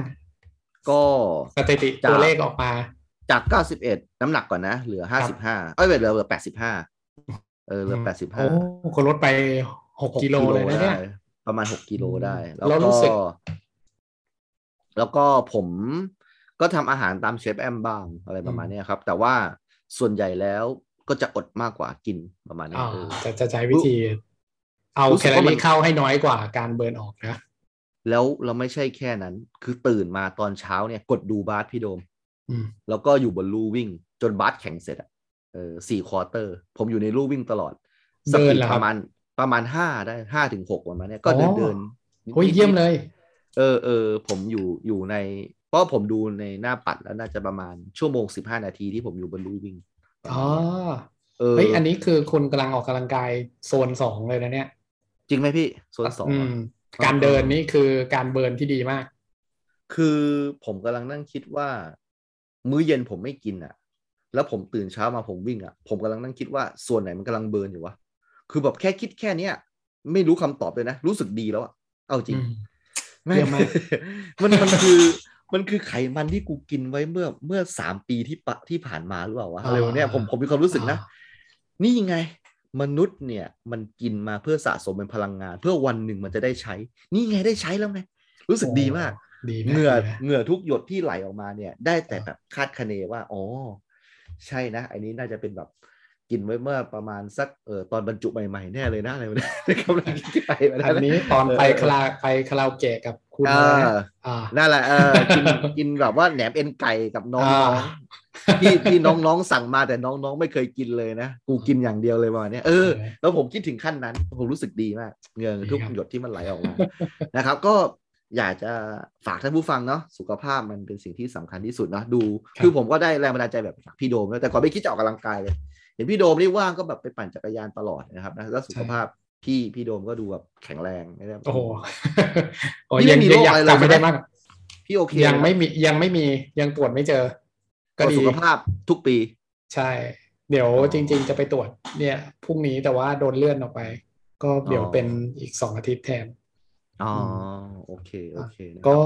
Speaker 2: ก็
Speaker 3: สถิติ
Speaker 2: จาก
Speaker 3: ตัวเลขออกมา
Speaker 2: จาก 91 น้ำหนักก่อนนะ เหลือ
Speaker 3: ครับ
Speaker 2: 55 เอ้ยเหลือเหลือ 85 เออ เหลือ
Speaker 3: โอ
Speaker 2: 85
Speaker 3: ้ก็ลดไปหก
Speaker 2: หก
Speaker 3: กิโลเลยนะเนี่ย
Speaker 2: ได้ประมาณ 6กิโลได้
Speaker 3: อืม
Speaker 2: แล้ว
Speaker 3: แล้วรู้
Speaker 2: ก็
Speaker 3: สึก
Speaker 2: แล้วก็ผมก็ทำอาหารตามเชฟแอมบ้างอะไรประมาณเนี้ยครับ แต่ว่าส่วนใหญ่แล้วก็จะอดมากกว่ากินประมาณเนี้ย
Speaker 3: อ่า
Speaker 2: เออ
Speaker 3: จะจะใช้วิธี เอา
Speaker 2: รู้
Speaker 3: แค
Speaker 2: สึก
Speaker 3: ลอ
Speaker 2: ว่ามัน
Speaker 3: รี่เข้าให้น้อยกว่าการเบิร์นออกนะ
Speaker 2: แล้วเราไม่ใช่แค่นั้น คือตื่นมาตอนเช้าเนี่ย กดดูบาสพี่โดม
Speaker 3: อืม
Speaker 2: แล้วก็อยู่บนลู่วิ่ง จนบาสแข่งเสร็จอ่ะเออสี่ควอเตอร์ ผมอยู่ในลู่วิ่งตลอดส
Speaker 3: เดิน
Speaker 2: ปีด
Speaker 3: เหรอ
Speaker 2: ป
Speaker 3: ครับ
Speaker 2: ระมาณประมาณห้าได้ห้าถึงหกประมาณเนี้ยก็
Speaker 3: อ๋อ
Speaker 2: เดินเดิน
Speaker 3: โอ้ย
Speaker 2: นิดๆ
Speaker 3: เยี่ยมเลย
Speaker 2: เออเออผมอยู่อยู่ใน เพราะผมดูในหน้าปัดแล้วน่าจะประมาณชั่วโมงสิบห้านาทีที่ผมอยู่บนลู่วิ่งประ
Speaker 3: อ๋
Speaker 2: มาณ
Speaker 3: อ
Speaker 2: เนี้ยเออ
Speaker 3: เฮ้ย อันนี้คือคุณกำลังออกกำลังกายโซนสองเลยนะเนี่ย
Speaker 2: จริงไหมพี่โซนสอง
Speaker 3: อื
Speaker 2: อะ
Speaker 3: มการเดินนี่คือการเบิร์นที่ดีมาก
Speaker 2: คือผมกำลังนั่งคิดว่า มื้อเย็นผมไม่กินอ่ะ แล้วผมตื่นเช้ามาผมวิ่งอ่ะ ผมกำลังนั่งคิดว่าส่วนไหนมันกำลังเบิร์นอยู่วะคือแบบแค่คิดแค่เนี้ยไม่รู้คำตอบเลยนะ รู้สึกดีแล้วอะเอาจริง
Speaker 3: อืม
Speaker 2: แง
Speaker 3: เยี่ยมมาก
Speaker 2: มันมันคือมันคือไขมันที่กูกินไว้เมื่อเมื่อสามปีที่ปะที่ผ่านมาหรือเปล่าวะอะไรแบบเนี้ยผมผมมีความรู้สึกนะ นี่ไง มนุษย์เนี่ยมันกินมาเพื่อสะสมเป็นพลังงาน เพื่อวันหนึ่งมันจะได้ใช้ นี่ไงได้ใช้แล้วไงรู้สึกดีมาก
Speaker 3: ดีมาก
Speaker 2: เหงื่อ
Speaker 3: ดีมาก
Speaker 2: เหงื่อทุกหยดที่ไหลออกมาเนี่ย ได้แต่แบบคาดคะเนว่าอ๋อใช่นะอันนี้น่าจะเป็นแบบกินไว้เมื่อประมาณสักเออตอนบรรจุใหม่ๆแน่เลยนะอะไรแบบนี้ กำลังคิดไปแบบ
Speaker 3: อันนี้ตอนไปคาราไปคาราโอเกะกับคุณ
Speaker 2: เอ
Speaker 3: เลย
Speaker 2: อ
Speaker 3: นะอ่า
Speaker 2: นั่นแหละเออกิน กินแบบว่าแหนมเอ็นไก่กับน้อง
Speaker 3: อ่า
Speaker 2: ๆที่ที่น้องๆสั่งมาแต่น้องๆ ไม่เคยกินเลยนะกูกินอย่างเดียวเลยประมาณเนี้ยเออ แล้วผมคิดถึงขั้นนั้น ผมรู้สึกดีมากเหงิน
Speaker 3: ดี
Speaker 2: ทุก
Speaker 3: ครับ
Speaker 2: หยดที่มันไหลออกมา นะครับ ก็อยากจะฝากท่านผู้ฟังเนาะสุขภาพมันเป็นสิ่งที่สำคัญที่สุดเนาะดู คือผมก็ได้แรงบันดาลใจแบบจากพี่โดมแล้วแต่ก่อนไม่คิดจะออกกำลังกายเลย เห็นพี่โดมนี่ว่างก็แบบไปปั่นจักรยานตลอดนะครับนะแล้วสุขภาพพี่พี่โดมก็ดูแบบแข็งแรงนะครับ
Speaker 3: โอ้โหโอ้ย
Speaker 2: นี่ไม่
Speaker 3: ยัง
Speaker 2: มีโรค
Speaker 3: ยังอยาก
Speaker 2: อะไรเลย
Speaker 3: จำไม่ได้
Speaker 2: ใช่ไหม
Speaker 3: มาก
Speaker 2: พี่โอเค
Speaker 3: ยังไม่มียังไม่มียังตรวจไม่เจอ
Speaker 2: ก็
Speaker 3: ก็ดี
Speaker 2: สุขภาพทุกปี
Speaker 3: ใช่ เดี๋ยวจริง ๆ จะไปตรวจเนี่ยพรุ่งนี้แต่ว่าโดนเลื่อนออกไป ก็เดี๋ยว
Speaker 2: อ๋อ
Speaker 3: เป็นอีกสองอาทิตย์แทน
Speaker 2: อ๋ออ
Speaker 3: ม
Speaker 2: โอเคโอเคนะครับ
Speaker 3: ก็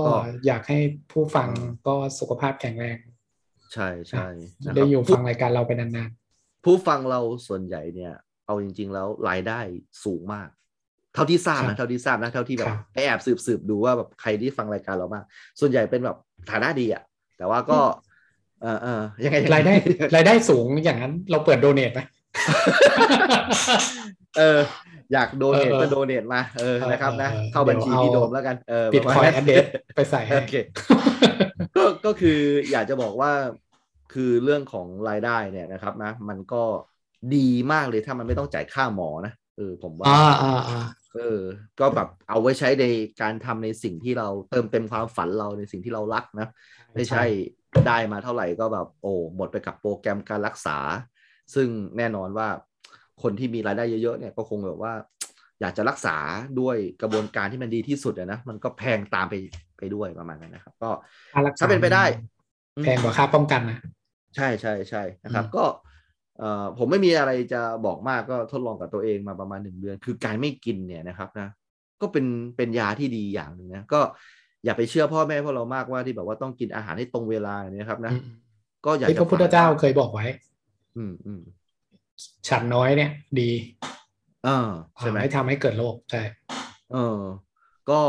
Speaker 3: อยากให้ผู้ฟัง
Speaker 2: อืม
Speaker 3: ก็สุขภาพแข็งแรง
Speaker 2: ใช่ใช่นะครับ
Speaker 3: ได้อยู่ฟังรายการเราไปนาน
Speaker 2: ผู้ฟังเราส่วนใหญ่เนี่ย เอาจริง ๆ แล้วรายได้สูงมาก เท่าที่ทราบ
Speaker 3: ครั
Speaker 2: นะ
Speaker 3: บ
Speaker 2: เท่าที่ทราบนะเท่าที่แบ
Speaker 3: ครับ บ
Speaker 2: ไปแอบสืบสืบดูว่าแบบใครที่ฟังรายการเรามากส่วนใหญ่เป็นแบบฐานะดีอะแต่ว่าก็เออเออยังไงยัง
Speaker 3: ๆ
Speaker 2: ง
Speaker 3: รายได้รายได้สูงอย่างนั้นเราเปิดโดเน ทไหม
Speaker 2: เอออยากโดเนท
Speaker 3: เออเออ
Speaker 2: ก็โดเนทมาเออ
Speaker 3: เออ
Speaker 2: นะครับนะ
Speaker 3: เออ
Speaker 2: เข้าบัญชี
Speaker 3: เดี๋ยวเอา
Speaker 2: พี่โดมแล้วกันเออ
Speaker 3: ปิด
Speaker 2: ประ
Speaker 3: ค
Speaker 2: มา
Speaker 3: อ
Speaker 2: ณ
Speaker 3: ย
Speaker 2: นั้น
Speaker 3: อัปเดตไปใส่ให้
Speaker 2: โอ เค ก็ก็คืออยากจะบอกว่าคือเรื่องของรายได้เนี่ยนะครับนะ มันก็ดีมากเลยถ้ามันไม่ต้องจ่ายค่าหมอนะเออผมว่า
Speaker 3: อ่าอ่าอ่า
Speaker 2: เออ ก็แบบเอาไว้ใช้ในการทำในสิ่งที่เราเติมเต็มความฝันเราในสิ่งที่เรารักนะ ไม่ใช่ได้มาเท่าไหร่ก็แบบโอ้หมดไปกับโปรแกรมการรักษา ซึ่งแน่นอนว่าคนที่มีรายได้เยอะๆเนี่ยก็คงแบบว่า อยากจะรักษาด้วยกระบวนการที่มันดีที่สุดอะนะมันก็แพงตามไปไปด้วยประมาณนั้นนะครับ ก็
Speaker 3: ค่รักษ
Speaker 2: ถ้าเป็นไปได้อืม
Speaker 3: แพงกว่าค่าป้องกันนะ
Speaker 2: ใช่ใช่ใช่นะครับ
Speaker 3: อืม
Speaker 2: ก็เอ่อผมไม่มีอะไรจะบอกมากก็ทดลองกับตัวเองมาประมาณหนึ่งเดือน คือการไม่กินเนี่ยนะครับนะก็เป็นเป็นยาที่ดีอย่างหนึ่งนะก็อย่าไปเชื่อพ่อแม่พวกเรามากว่าที่แบบว่าต้องกินอาหารให้ตรงเวลาเนี่ยนะครับนะ
Speaker 3: อืม
Speaker 2: ก็อยาก
Speaker 3: ที่พระพุทธเจ้าเคยบอกไว้
Speaker 2: อืมอืม
Speaker 3: ฉันน้อยเนี่ย ดี
Speaker 2: เออใช่ไหม
Speaker 3: ไม่ทำให้เกิดโรคใช่
Speaker 2: เออ ก็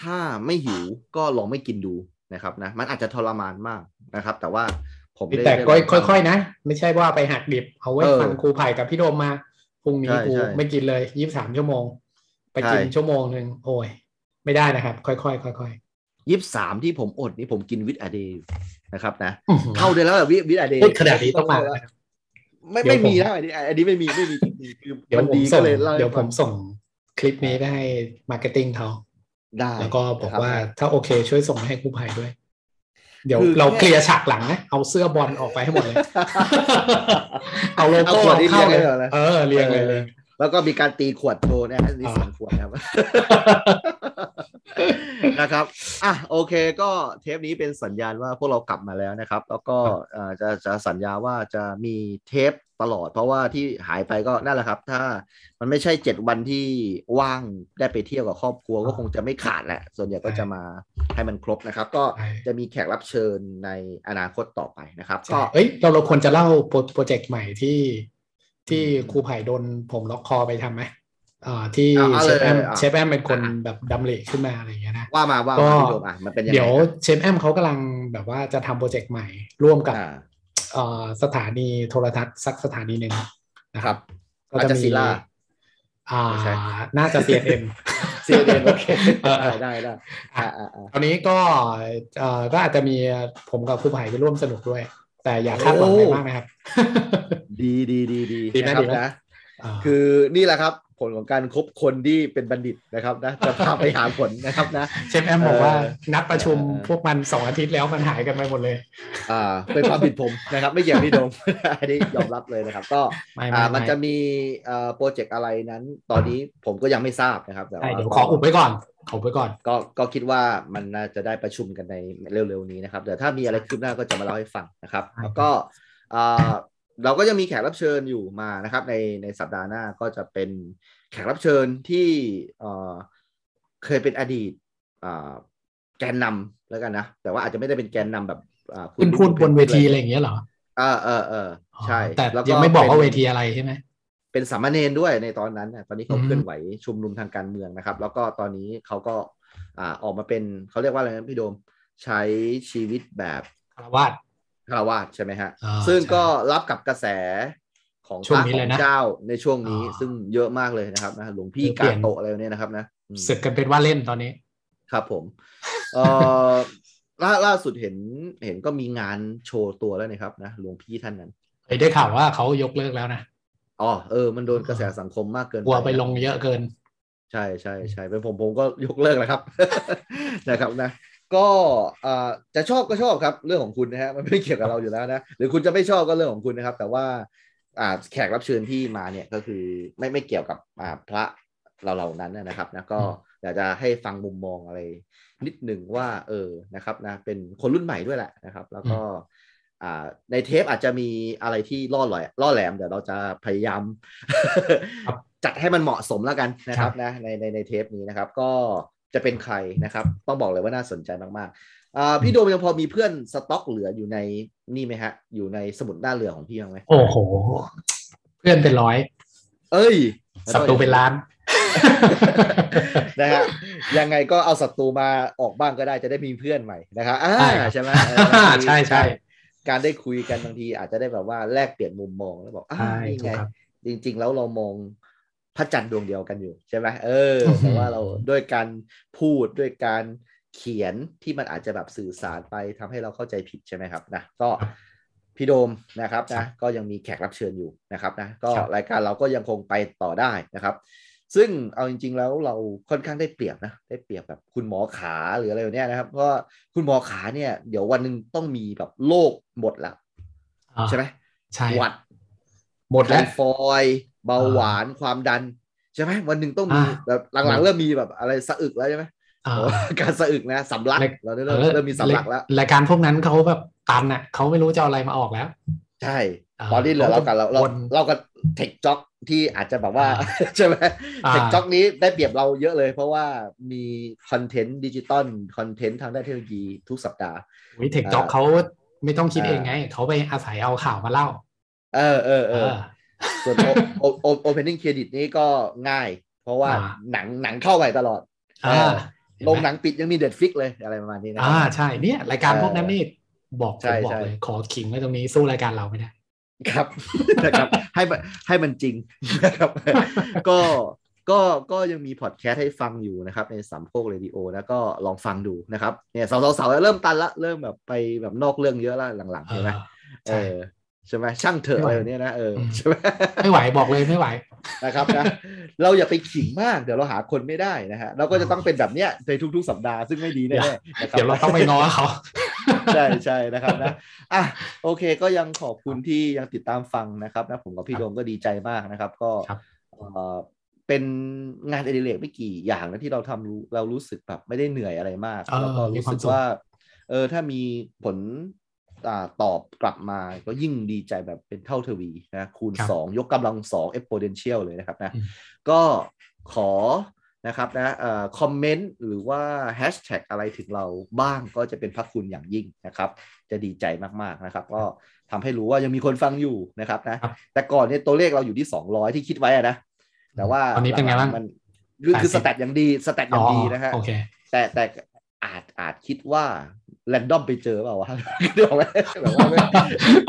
Speaker 2: ถ้าไม่หิวก็ลองไม่กินดูนะครับนะมันอาจจะทรมานมากนะครับ แต่ว่าผมได้
Speaker 3: แต่
Speaker 2: ได้
Speaker 3: ก็
Speaker 2: ลงทำ
Speaker 3: ค่อยๆนะ ไม่ใช่ว่าไปหักดิบ เอาไว้
Speaker 2: เออ
Speaker 3: ฟังครูไผ่กับพี่โดมมาพรุ่งนี้
Speaker 2: ใช่
Speaker 3: กู
Speaker 2: ใช่
Speaker 3: ไม่กินเลยยี่สามชั่วโมง ไปกิน
Speaker 2: ใช่
Speaker 3: ชั่วโมงหนึ่งโอ้ย ไม่ได้นะครับ ค่อยๆค่อย
Speaker 2: ยี่สิบสามที่ผมอดนี่ผมกินวิตอเดย์นะครับนะ
Speaker 3: ๆอื้อหือ
Speaker 2: เข้าเดือนแล้วแบบวิวิอาเด
Speaker 3: พูดขนาดนี้ต้องมา
Speaker 2: ไ
Speaker 3: นะครับ
Speaker 2: ม่
Speaker 3: เดี๋ยว
Speaker 2: ไม่
Speaker 3: ผม
Speaker 2: มีนะอันนี้อันนี้ไม่มีไม่มีจริงๆคือ
Speaker 3: เดี๋ยว
Speaker 2: มัน
Speaker 3: ผม
Speaker 2: ดี
Speaker 3: ส่
Speaker 2: ก็
Speaker 3: ง
Speaker 2: เลยเล่าให้
Speaker 3: เดี๋ยวผ
Speaker 2: ฟัง
Speaker 3: มส่งคลิปนี้ไปให้มาร์เก็ตติ้งเขา
Speaker 2: ได้
Speaker 3: แล้วก็บอกว่า
Speaker 2: นะครับ
Speaker 3: ถ้าโอเคช่วยส่งให้ครูไผ่ด้วย เดี๋ยว
Speaker 2: คือ
Speaker 3: เรา
Speaker 2: แค่
Speaker 3: เคลียร์ฉากหลังนะ เอาเสื้อบอลออกไปให้หมด เลย เอาโล
Speaker 2: เอา
Speaker 3: โก้
Speaker 2: ขวดที่
Speaker 3: เข้าเลย
Speaker 2: เรียงให้เรานะ
Speaker 3: เออเรียงเลย
Speaker 2: เออ
Speaker 3: เลย
Speaker 2: แล้วก็มีการตีขวดโชว์นะอันนี้
Speaker 3: อ่า
Speaker 2: สองขวดนะครับ นะครับ อ่ะโอเคก็เทปนี้เป็นสัญญาณว่าพวกเรากลับมาแล้วนะครับ แล้วก็เอ่อจะจะสัญญาว่าจะมีเทปตลอด เพราะว่าที่หายไปก็นั่นแหละครับ ถ้ามันไม่ใช่เจ็ดวันที่ว่างได้ไปเที่ยวกับครอบครัวก็คงจะไม่ขาดแหละ ส่วนใหญ่ก็จะมาให้มันครบนะครับ ก็
Speaker 3: ใช่
Speaker 2: จะมีแขกรับเชิญในอนาคตต่อไปนะครับ ก็
Speaker 3: ใช่เอ้ยเราเราควรจะเล่าโปรโปรเจกต์ใหม่ที่ที่
Speaker 2: อืม
Speaker 3: ครูไผ่โดนผมล็อกคอไปทำไหมอ่าที่
Speaker 2: เอาเอา
Speaker 3: เช
Speaker 2: เลย
Speaker 3: ฟแอม
Speaker 2: เอา
Speaker 3: เชฟแอมเป็นคน
Speaker 2: อ่ะ
Speaker 3: แบบดำเลิขึ้นมาอะไรอย่างเงี้ยนะ
Speaker 2: ว่ามาว่า
Speaker 3: ก็
Speaker 2: มาพี่โดมอ่ะมันเป็นยังไง
Speaker 3: เดี๋ยวเชฟแอมเขากำลังแบบว่าจะทำโปรเจกต์ใหม่ ร่วมกับ
Speaker 2: อ่า
Speaker 3: เอ่อสถานีโทรทัศน์สักสถานีหนึ่งนะ
Speaker 2: ค
Speaker 3: ค
Speaker 2: รั
Speaker 3: รับ บ
Speaker 2: อาจจะศิลา
Speaker 3: อ่า
Speaker 2: ไม่ใช่
Speaker 3: น่าจะ CNN
Speaker 2: เซียเดนโอเค
Speaker 3: เออเอ
Speaker 2: ได้
Speaker 3: อ
Speaker 2: ได้ได้อ่าอ่าอ่า
Speaker 3: ตอนนี้ก็เอ่อก็อาจจะมีผมกับครูไผ่ไปร่วมสนุกด้วย แต่อย่าคาดหวังอะไรมากนะครับ
Speaker 2: ดีดีดีดี
Speaker 3: ดีไหม
Speaker 2: นะครับ
Speaker 3: ดีไหม
Speaker 2: นะ
Speaker 3: เอ่อ
Speaker 2: คือนี่แหละครับผลของการคบคนที่เป็นบัณฑิตนะครับนะ จะพาไปหาผลนะครับนะ
Speaker 3: เชฟแอมบอกว่า
Speaker 2: เออ
Speaker 3: นัดประชุม
Speaker 2: เออ
Speaker 3: พวกมันสองอาทิตย์แล้วมันหายกันไปหมดเลย
Speaker 2: อ่าเป็นความผิดผมนะครับ ไม่เกี่ยวกับพี่โดม อันนี้ยอมรับเลยนะครับ ก็
Speaker 3: ไม่
Speaker 2: อ่า
Speaker 3: ไม่
Speaker 2: มัน
Speaker 3: ไม่
Speaker 2: จะมีเอ่อโปรเจกต์อะไรนั้น ตอนนี้ผมก็ยังไม่ทราบนะครับแต่
Speaker 3: ใช่
Speaker 2: ว่า
Speaker 3: เดี๋ยวขออุบไว้ก่อนขออุบไว้ก่อน
Speaker 2: ก็ก็คิดว่ามันน่าจะได้ประชุมกันในเร็วๆนี้นะครับเดี๋ยวถ้ามีอะไรคืบหน้าก็จะมาเล่าให้ฟังนะครับ
Speaker 3: ใช่
Speaker 2: แล้วก็อ่าเราก็ยังมีแขกรับเชิญอยู่มานะครับ ในในสัปดาห์หน้าก็จะเป็นแขกรับเชิญที่เอ่อเคยเป็นอดีตอ่าแกนนำแล้วกันนะ แต่ว่าอาจจะไม่ได้เป็นแกนนำแบบอ่า
Speaker 3: ขึ้นพูดบนเวทีอะไรอย่างเงี้ยเหรอ
Speaker 2: เออเออเออใช่
Speaker 3: แต่
Speaker 2: ล้ว
Speaker 3: ยังไม่บอกว่า
Speaker 2: ป็น
Speaker 3: เวทีอะไรใช่ไหม
Speaker 2: เป็นสามเณรด้วยในตอนนั้นน่ะตอนนี้เขา
Speaker 3: อืม
Speaker 2: เคลื่อนไหวชุมนุมทางการเมืองนะครับ แล้วก็ตอนนี้เขาก็อ่าออกมาเป็นเขาเรียกว่าอะไรนะพี่โดม ใช้ชีวิตแบบ
Speaker 3: คารวาส
Speaker 2: ฆราวาสใช่ไหมฮะ
Speaker 3: อ่า
Speaker 2: ซึ่งก็รับกับกระแสของ
Speaker 3: ช่วงนี้
Speaker 2: พระ
Speaker 3: เลย
Speaker 2: ขอ
Speaker 3: นะ
Speaker 2: งเจ้าในช่วงนี้
Speaker 3: อ่า
Speaker 2: ซึ่งเยอะมากเลยนะครับนะหลวงพี่
Speaker 3: เออเป
Speaker 2: กา
Speaker 3: ลี่ยน
Speaker 2: โตะอะไรเนี่ยนะครับนะอืม
Speaker 3: ศึกกันเป็นว่าเล่นตอนนี้
Speaker 2: ครับผม เออล่าล่าสุดเห็นเห็นก็มีงานโชว์ตัวแล้วนะครับนะหลวงพี่ท่านนั้น
Speaker 3: เอ้ยได้ข่าวว่าเขายกเลิกแล้วนะ
Speaker 2: อ๋อเออมันโดนกระแสสังคมมากเกิน
Speaker 3: กลัวไปลงเยอะเกิน
Speaker 2: ใช่ใช่ใช่เป็นผมผมก็ยกเลิกแล้วครับ นะครับนะ ก็เอ่อจะชอบก็ชอบครับเรื่องของคุณนะฮะมันไม่ได้เกี่ยวกับเราอยู่แล้วนะหรือคุณจะไม่ชอบก็เรื่องของคุณนะครับ แต่ว่าอ่าแขกรับเชิญที่มาเนี่ยก็คือไม่ไม่เกี่ยวกับอ่าพระเราเหล่านั้นนะครับนะก็
Speaker 3: อืม
Speaker 2: อยากจะให้ฟังมุมมองอะไร นิดหนึ่งว่าเออนะครับนะเป็นคนรุ่นใหม่ด้วยแหละนะครับ แล้วก็อ่าในเทปอาจจะมีอะไรที่ล่อหลอยล่อแหลมเดี๋ยวเราจะพยายาม
Speaker 3: ครับ
Speaker 2: จัดให้มันเหมาะสมแล้วกันนะครับ
Speaker 3: ครับ
Speaker 2: นะในในในเทปนี้นะครับ ก็จะเป็นใครนะครับ ต้องบอกเลยว่าน่าสนใจมากๆอ่าพี่โดมยังพอมีเพื่อนสต็อกเหลืออยู่ในนี่ไหมฮะ อยู่ในสมุดหน้าเรือของพี่ยังไหม
Speaker 3: โอ้โห เพื่อนเป็นร้อย
Speaker 2: เอ้ย
Speaker 3: ศัตรูเป็นล้าน
Speaker 2: นะฮะยังไงก็เอาศัตรูมาออกบ้างก็ได้จะได้มีเพื่อนใหม่นะครับอ่า
Speaker 3: ใช่ครับ
Speaker 2: ใช่ไหมเอ
Speaker 3: อ่า
Speaker 2: อบางที
Speaker 3: ใช่ใช่
Speaker 2: การได้คุยกันบางทีอาจจะได้แบบว่าแลกเปลี่ยนมุมมองแล้วบอกอ่า
Speaker 3: ใช่
Speaker 2: นี่ไง
Speaker 3: ถูกครับ
Speaker 2: จริง ๆ แล้วเรามองพระจันทร์ดวงเดียวกันอยู่ใช่ไหมเออ
Speaker 3: อือหื
Speaker 2: แต่
Speaker 3: อ
Speaker 2: ว่าเราด้วยการพูดด้วยการเขียนที่มันอาจจะแบบสื่อสารไปทำให้เราเข้าใจผิดใช่ไหมครับนะก็พี่โดมนะครับนะก็ยังมีแขกรับเชิญอยู่นะครับนะก็
Speaker 3: ครับ
Speaker 2: รายการเราก็ยังคงไปต่อได้นะครับ ซึ่งเอาจริง ๆ แล้วเราค่อนข้างได้เปรียบนะ ได้เปรียบแบบคุณหมอขาหรืออะไรแบบเนี้ยนะครับ เพราะว่าคุณหมอขาเนี่ยเดี๋ยววันหนึ่งต้องมีแบบโรคหมดละ
Speaker 3: อ่า
Speaker 2: ใช่ไหม
Speaker 3: ใช่
Speaker 2: หวัด
Speaker 3: หมด
Speaker 2: ไท
Speaker 3: แล้ว
Speaker 2: ฟอยด์เบาหวานความดัน ใช่ ช่ไหมวันหนึ่งต้องมี
Speaker 3: อ่า
Speaker 2: แบบหลังๆเริ่มมีแบบอะไรสะอึกแล้วใช่ไหม
Speaker 3: เอ่อ
Speaker 2: โอ้การสะอึกนะสำลัก
Speaker 3: เล็ก
Speaker 2: เราได้เริ่มเริ่มมีสำลักแล้ว
Speaker 3: รายการพวกนั้นเขาแบบตันอ่ะเขาไม่รู้จะเอาอะไรมาออกแล้ว
Speaker 2: ใช่
Speaker 3: อ่า
Speaker 2: ตอนนี้เหลือเรากันเราเรา
Speaker 3: วน
Speaker 2: เรากับเทคจ็อกที่อาจจะแบบว่า
Speaker 3: อ่า
Speaker 2: ใช่ไหม
Speaker 3: อ่า
Speaker 2: เทคจ็อกนี้ได้เปรียบเราเยอะเลย เพราะว่ามีคอนเทนต์ดิจิตอลคอนเทนต์ทางด้านเทคโนโลยีทุกสัปดาห์
Speaker 3: วิเทคจ็อกเขาไม่ต้องคิด
Speaker 2: อ่า
Speaker 3: เองไงเขาไปอาศัยเอาข่าวมาเล่า
Speaker 2: เออเออ
Speaker 3: เอ
Speaker 2: เออ
Speaker 3: อ
Speaker 2: ส่วนโอโอโอเพนนิ่งเครดิตนี่ก็ง่าย เพราะว่า
Speaker 3: อ่า
Speaker 2: หนังหนังเข้าไปตลอด
Speaker 3: เอ่า
Speaker 2: ลงหนังปิดยังมีเด็ดฟิกเลยอะไรประมาณนี้นะค
Speaker 3: อ่า
Speaker 2: รับ
Speaker 3: ใช่เนี่ยรายการพวกนั้นนี่บอกผ
Speaker 2: ใช่
Speaker 3: มบอก
Speaker 2: ใช่
Speaker 3: เลยขอขิงไว้ตรงนี้สู้รายการเราไม่ได้
Speaker 2: ครับ นะครับให้มันให้มันจริง นะครับ ก็ก็ก็ยังมีพอดแคสต์ให้ฟังอยู่นะครับ ในสามโคกเรดิโอนะก็ลองฟังดูนะครับเนี่ยสาวๆสาวๆเริ่มตันละเริ่มแบบไปแบบนอกเรื่องเยอะละหลังๆ
Speaker 3: เอ
Speaker 2: ใช่ไหม
Speaker 3: อ
Speaker 2: เอ
Speaker 3: ใช่
Speaker 2: อใช่ไหมช่างเถอะ
Speaker 3: ไม่
Speaker 2: อะไร
Speaker 3: ไหว
Speaker 2: แบบเนี้ยนะเอออ
Speaker 3: ม
Speaker 2: ใช่ไหม
Speaker 3: ไม่ไหวบอกเลยไม่ไหว
Speaker 2: นะครับนะเราอย่าไปขิงมากเดี๋ยวเราหาคนไม่ได้นะฮะเราก็จะต้องเป็นแบบเนี้ยในทุก ๆ สัปดาห์ซึ่งไม่ดีแน่ๆนะครับ
Speaker 3: เดี๋ยวเราต้องไปง้อเขา
Speaker 2: ใช่ใช่นะครับนะอ่ะโอเคก็ยังขอบคุณที่ยังติดตามฟังนะครับนะผมกับพี่
Speaker 3: ครับ
Speaker 2: โดมก็ดีใจมากนะครับ ก็
Speaker 3: ครับ
Speaker 2: เอ่อเป็นงานอดิเรกไม่กี่อย่างนะที่เราทำรู้เรารู้สึกแบบไม่ได้เหนื่อยอะไรมาก
Speaker 3: เออ
Speaker 2: แล้วก็
Speaker 3: มี
Speaker 2: รู้
Speaker 3: ความ
Speaker 2: สึก
Speaker 3: สุข
Speaker 2: ว่าเออถ้ามีผลอ่าตอบกลับมาก็ยิ่งดีใจแบบเป็นเท่าทวีนะคูณ
Speaker 3: ครับ
Speaker 2: 2 ยกกำลัง 2 exponential เลยนะครับนะ
Speaker 3: อืม
Speaker 2: ก็ขอ นะครับนะเอ่อคอมเมนต์หรือว่าแฮชแท็กอะไรถึงเราบ้างก็จะเป็นพระคุณอย่างยิ่งนะครับ จะดีใจมากๆนะครับ ก็ทำให้รู้ว่ายังมีคนฟังอยู่นะครับนะครับ แต่ก่อนเนี่ยตัวเลขเราอยู่ที่ 200 ที่คิดไว้อะนะแต่ว่า
Speaker 3: ตอนนี้เป็นไงบ้าง
Speaker 2: มันคือคือ
Speaker 3: 80
Speaker 2: สแตทอย่างดีสแตทอย่างดีนะฮะ
Speaker 3: โอเค
Speaker 2: แต่แต่อาจอาจคิดว่าแรนดอมไปเจอเปล่าวะ เดี๋ยวไหมแบบว่าไม่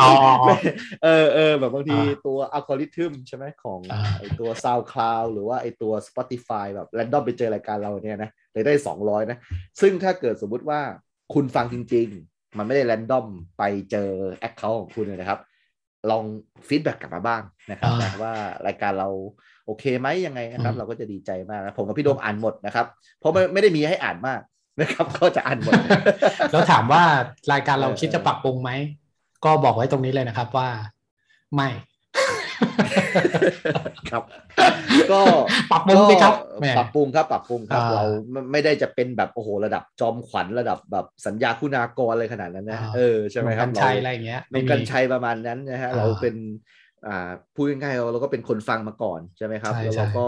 Speaker 3: อ๋อ
Speaker 2: ไม่ เออเออแบบบางที
Speaker 3: อ่า
Speaker 2: ตัวอัลกอริทึมใช่ไหมของ
Speaker 3: อ่า
Speaker 2: ไอตัว SoundCloud หรือว่าไอตัว Spotify แบบแรนดอมไปเจอรายการเราเนี่ยนะเลยได้ 200 นะ ซึ่งถ้าเกิดสมมุติว่าคุณฟังจริง ๆ มันไม่ได้แรนดอมไปเจอแอคเคาท์ของคุณเลยนะครับ ลองฟีดแบ็กกลับมาบ้างนะครับ
Speaker 3: อ่า
Speaker 2: ว่ารายการเราโอเคไหมยังไงนะครับ
Speaker 3: อืม
Speaker 2: เราก็จะดีใจมากนะผมกับพี่โดมอ่านหมดนะครับ เพราะไม่ไม่ได้มีให้อ่านมากนะครับ ก็จะอ่านหมด
Speaker 3: แล้วถามว่ารายการเรา
Speaker 2: เออ
Speaker 3: คิดจะปรับปรุงไหม ก็บอกไว้ตรงนี้เลยนะครับว่า ไม่
Speaker 2: ครับ ก็
Speaker 3: ปรับปรุงสิครับแหม
Speaker 2: ปรับปรุงครับปรับปรุงครับ
Speaker 3: อ่า
Speaker 2: เราไม่ไม่ได้จะเป็นแบบโอ้โหระดับจอมขวัญระดับแบบสัญญาคุณากรอะไรขนาดนั้นนะ
Speaker 3: อ่า
Speaker 2: เออใช่ไหมครับ
Speaker 3: หนุ่
Speaker 2: เรา
Speaker 3: กัญชัยอะไรอย่างเงี้ย
Speaker 2: หนุ่ม
Speaker 3: ไมี
Speaker 2: กัญชัยประมาณนั้นนะฮะ
Speaker 3: อ่า
Speaker 2: เราเป็นอ่าพูดง่ายๆเราเราก็เป็นคนฟังมาก่อนใช่ไหมครับ
Speaker 3: ใช่
Speaker 2: แล้ว
Speaker 3: ใช่
Speaker 2: เราก็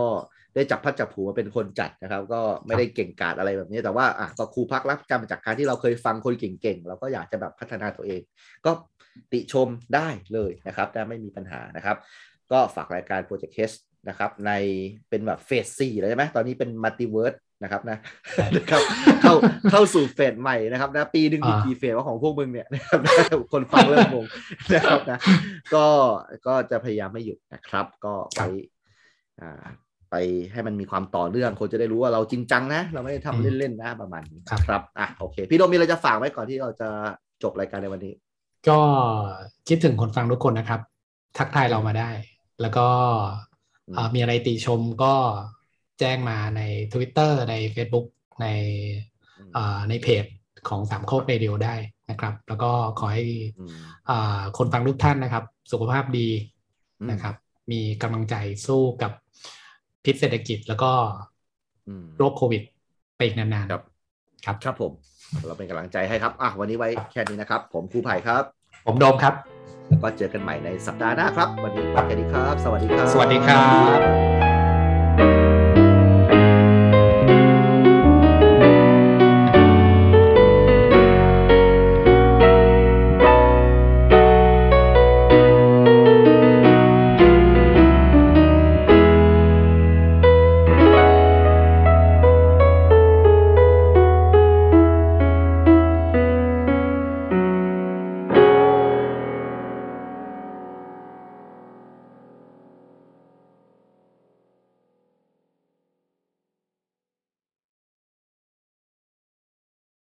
Speaker 2: ได้จับพัดจับผูมาเป็นคนจัดนะครับ ก็ไม่ได้เก่งกาจอะไรแบบนี้ แต่ว่าอ่ะก็ครูพักรับจำมาจากการที่เราเคยฟังคนเก่งๆเราก็อยากจะแบบพัฒนาตัวเอง ก็ติชมได้เลยนะครับนะไม่มีปัญหานะครับ ก็ฝากรายการ Project Case นะครับ ในเป็นแบบเฟสสี่แล้วใช่ไหมตอนนี้เป็นมัลติเวิร์สนะครับนะ นะครับเข้าเข้าสู่เฟสใหม่นะครับนะปีหนึ่งมี
Speaker 3: อ่า
Speaker 2: กี่เฟสว่าของพวกมึงเนี่ยนะครับนะคนฟังเริ่มงง นะครับนะก็ก็จะพยายามไม่หยุดนะครับ ก็ไป
Speaker 3: ครับ
Speaker 2: อ่าไปให้มันมีความต่อเนื่องคนจะได้รู้ว่าเราจริงจังนะ เราไม่ได้ทำเล่นๆนะประมาณนี้
Speaker 3: ครับ
Speaker 2: ครับอ่ะโอเค พี่โดมมีอะไรจะฝากไว้ก่อนที่เราจะจบรายการในวันนี้
Speaker 3: ก็คิดถึงคนฟังทุกคนนะครับ ทักทายเรามาได้ แล้วก็เอ่อ
Speaker 2: อืม
Speaker 3: มีอะไรติชมก็แจ้งมาใน Twitter ใน Facebook ใน เอ่อในเพจของสามโคกเรดิโอได้นะครับ แล้วก็ขอให้
Speaker 2: อืม
Speaker 3: เอ่อคนฟังทุกท่านนะครับ สุขภาพดี
Speaker 2: อืม
Speaker 3: นะครับ มีกำลังใจสู้กับพิษเศรษฐกิจแล้วก็
Speaker 2: อืม
Speaker 3: โรคโควิดไปอีกนานๆ
Speaker 2: ครับ
Speaker 3: ครับ
Speaker 2: ครับผม เราเป็นกำลังใจให้ครับ อ่ะ วันนี้ไว้แค่นี้นะครับ ผมครูไผ่ครับ
Speaker 3: ผมโดมครับ
Speaker 2: แล้วก็เจอกันใหม่ในสัปดาห์หน้าครับ วันนี้ไปแค่นี้ครับ สวัสดีครับ
Speaker 3: สวัสดีครับ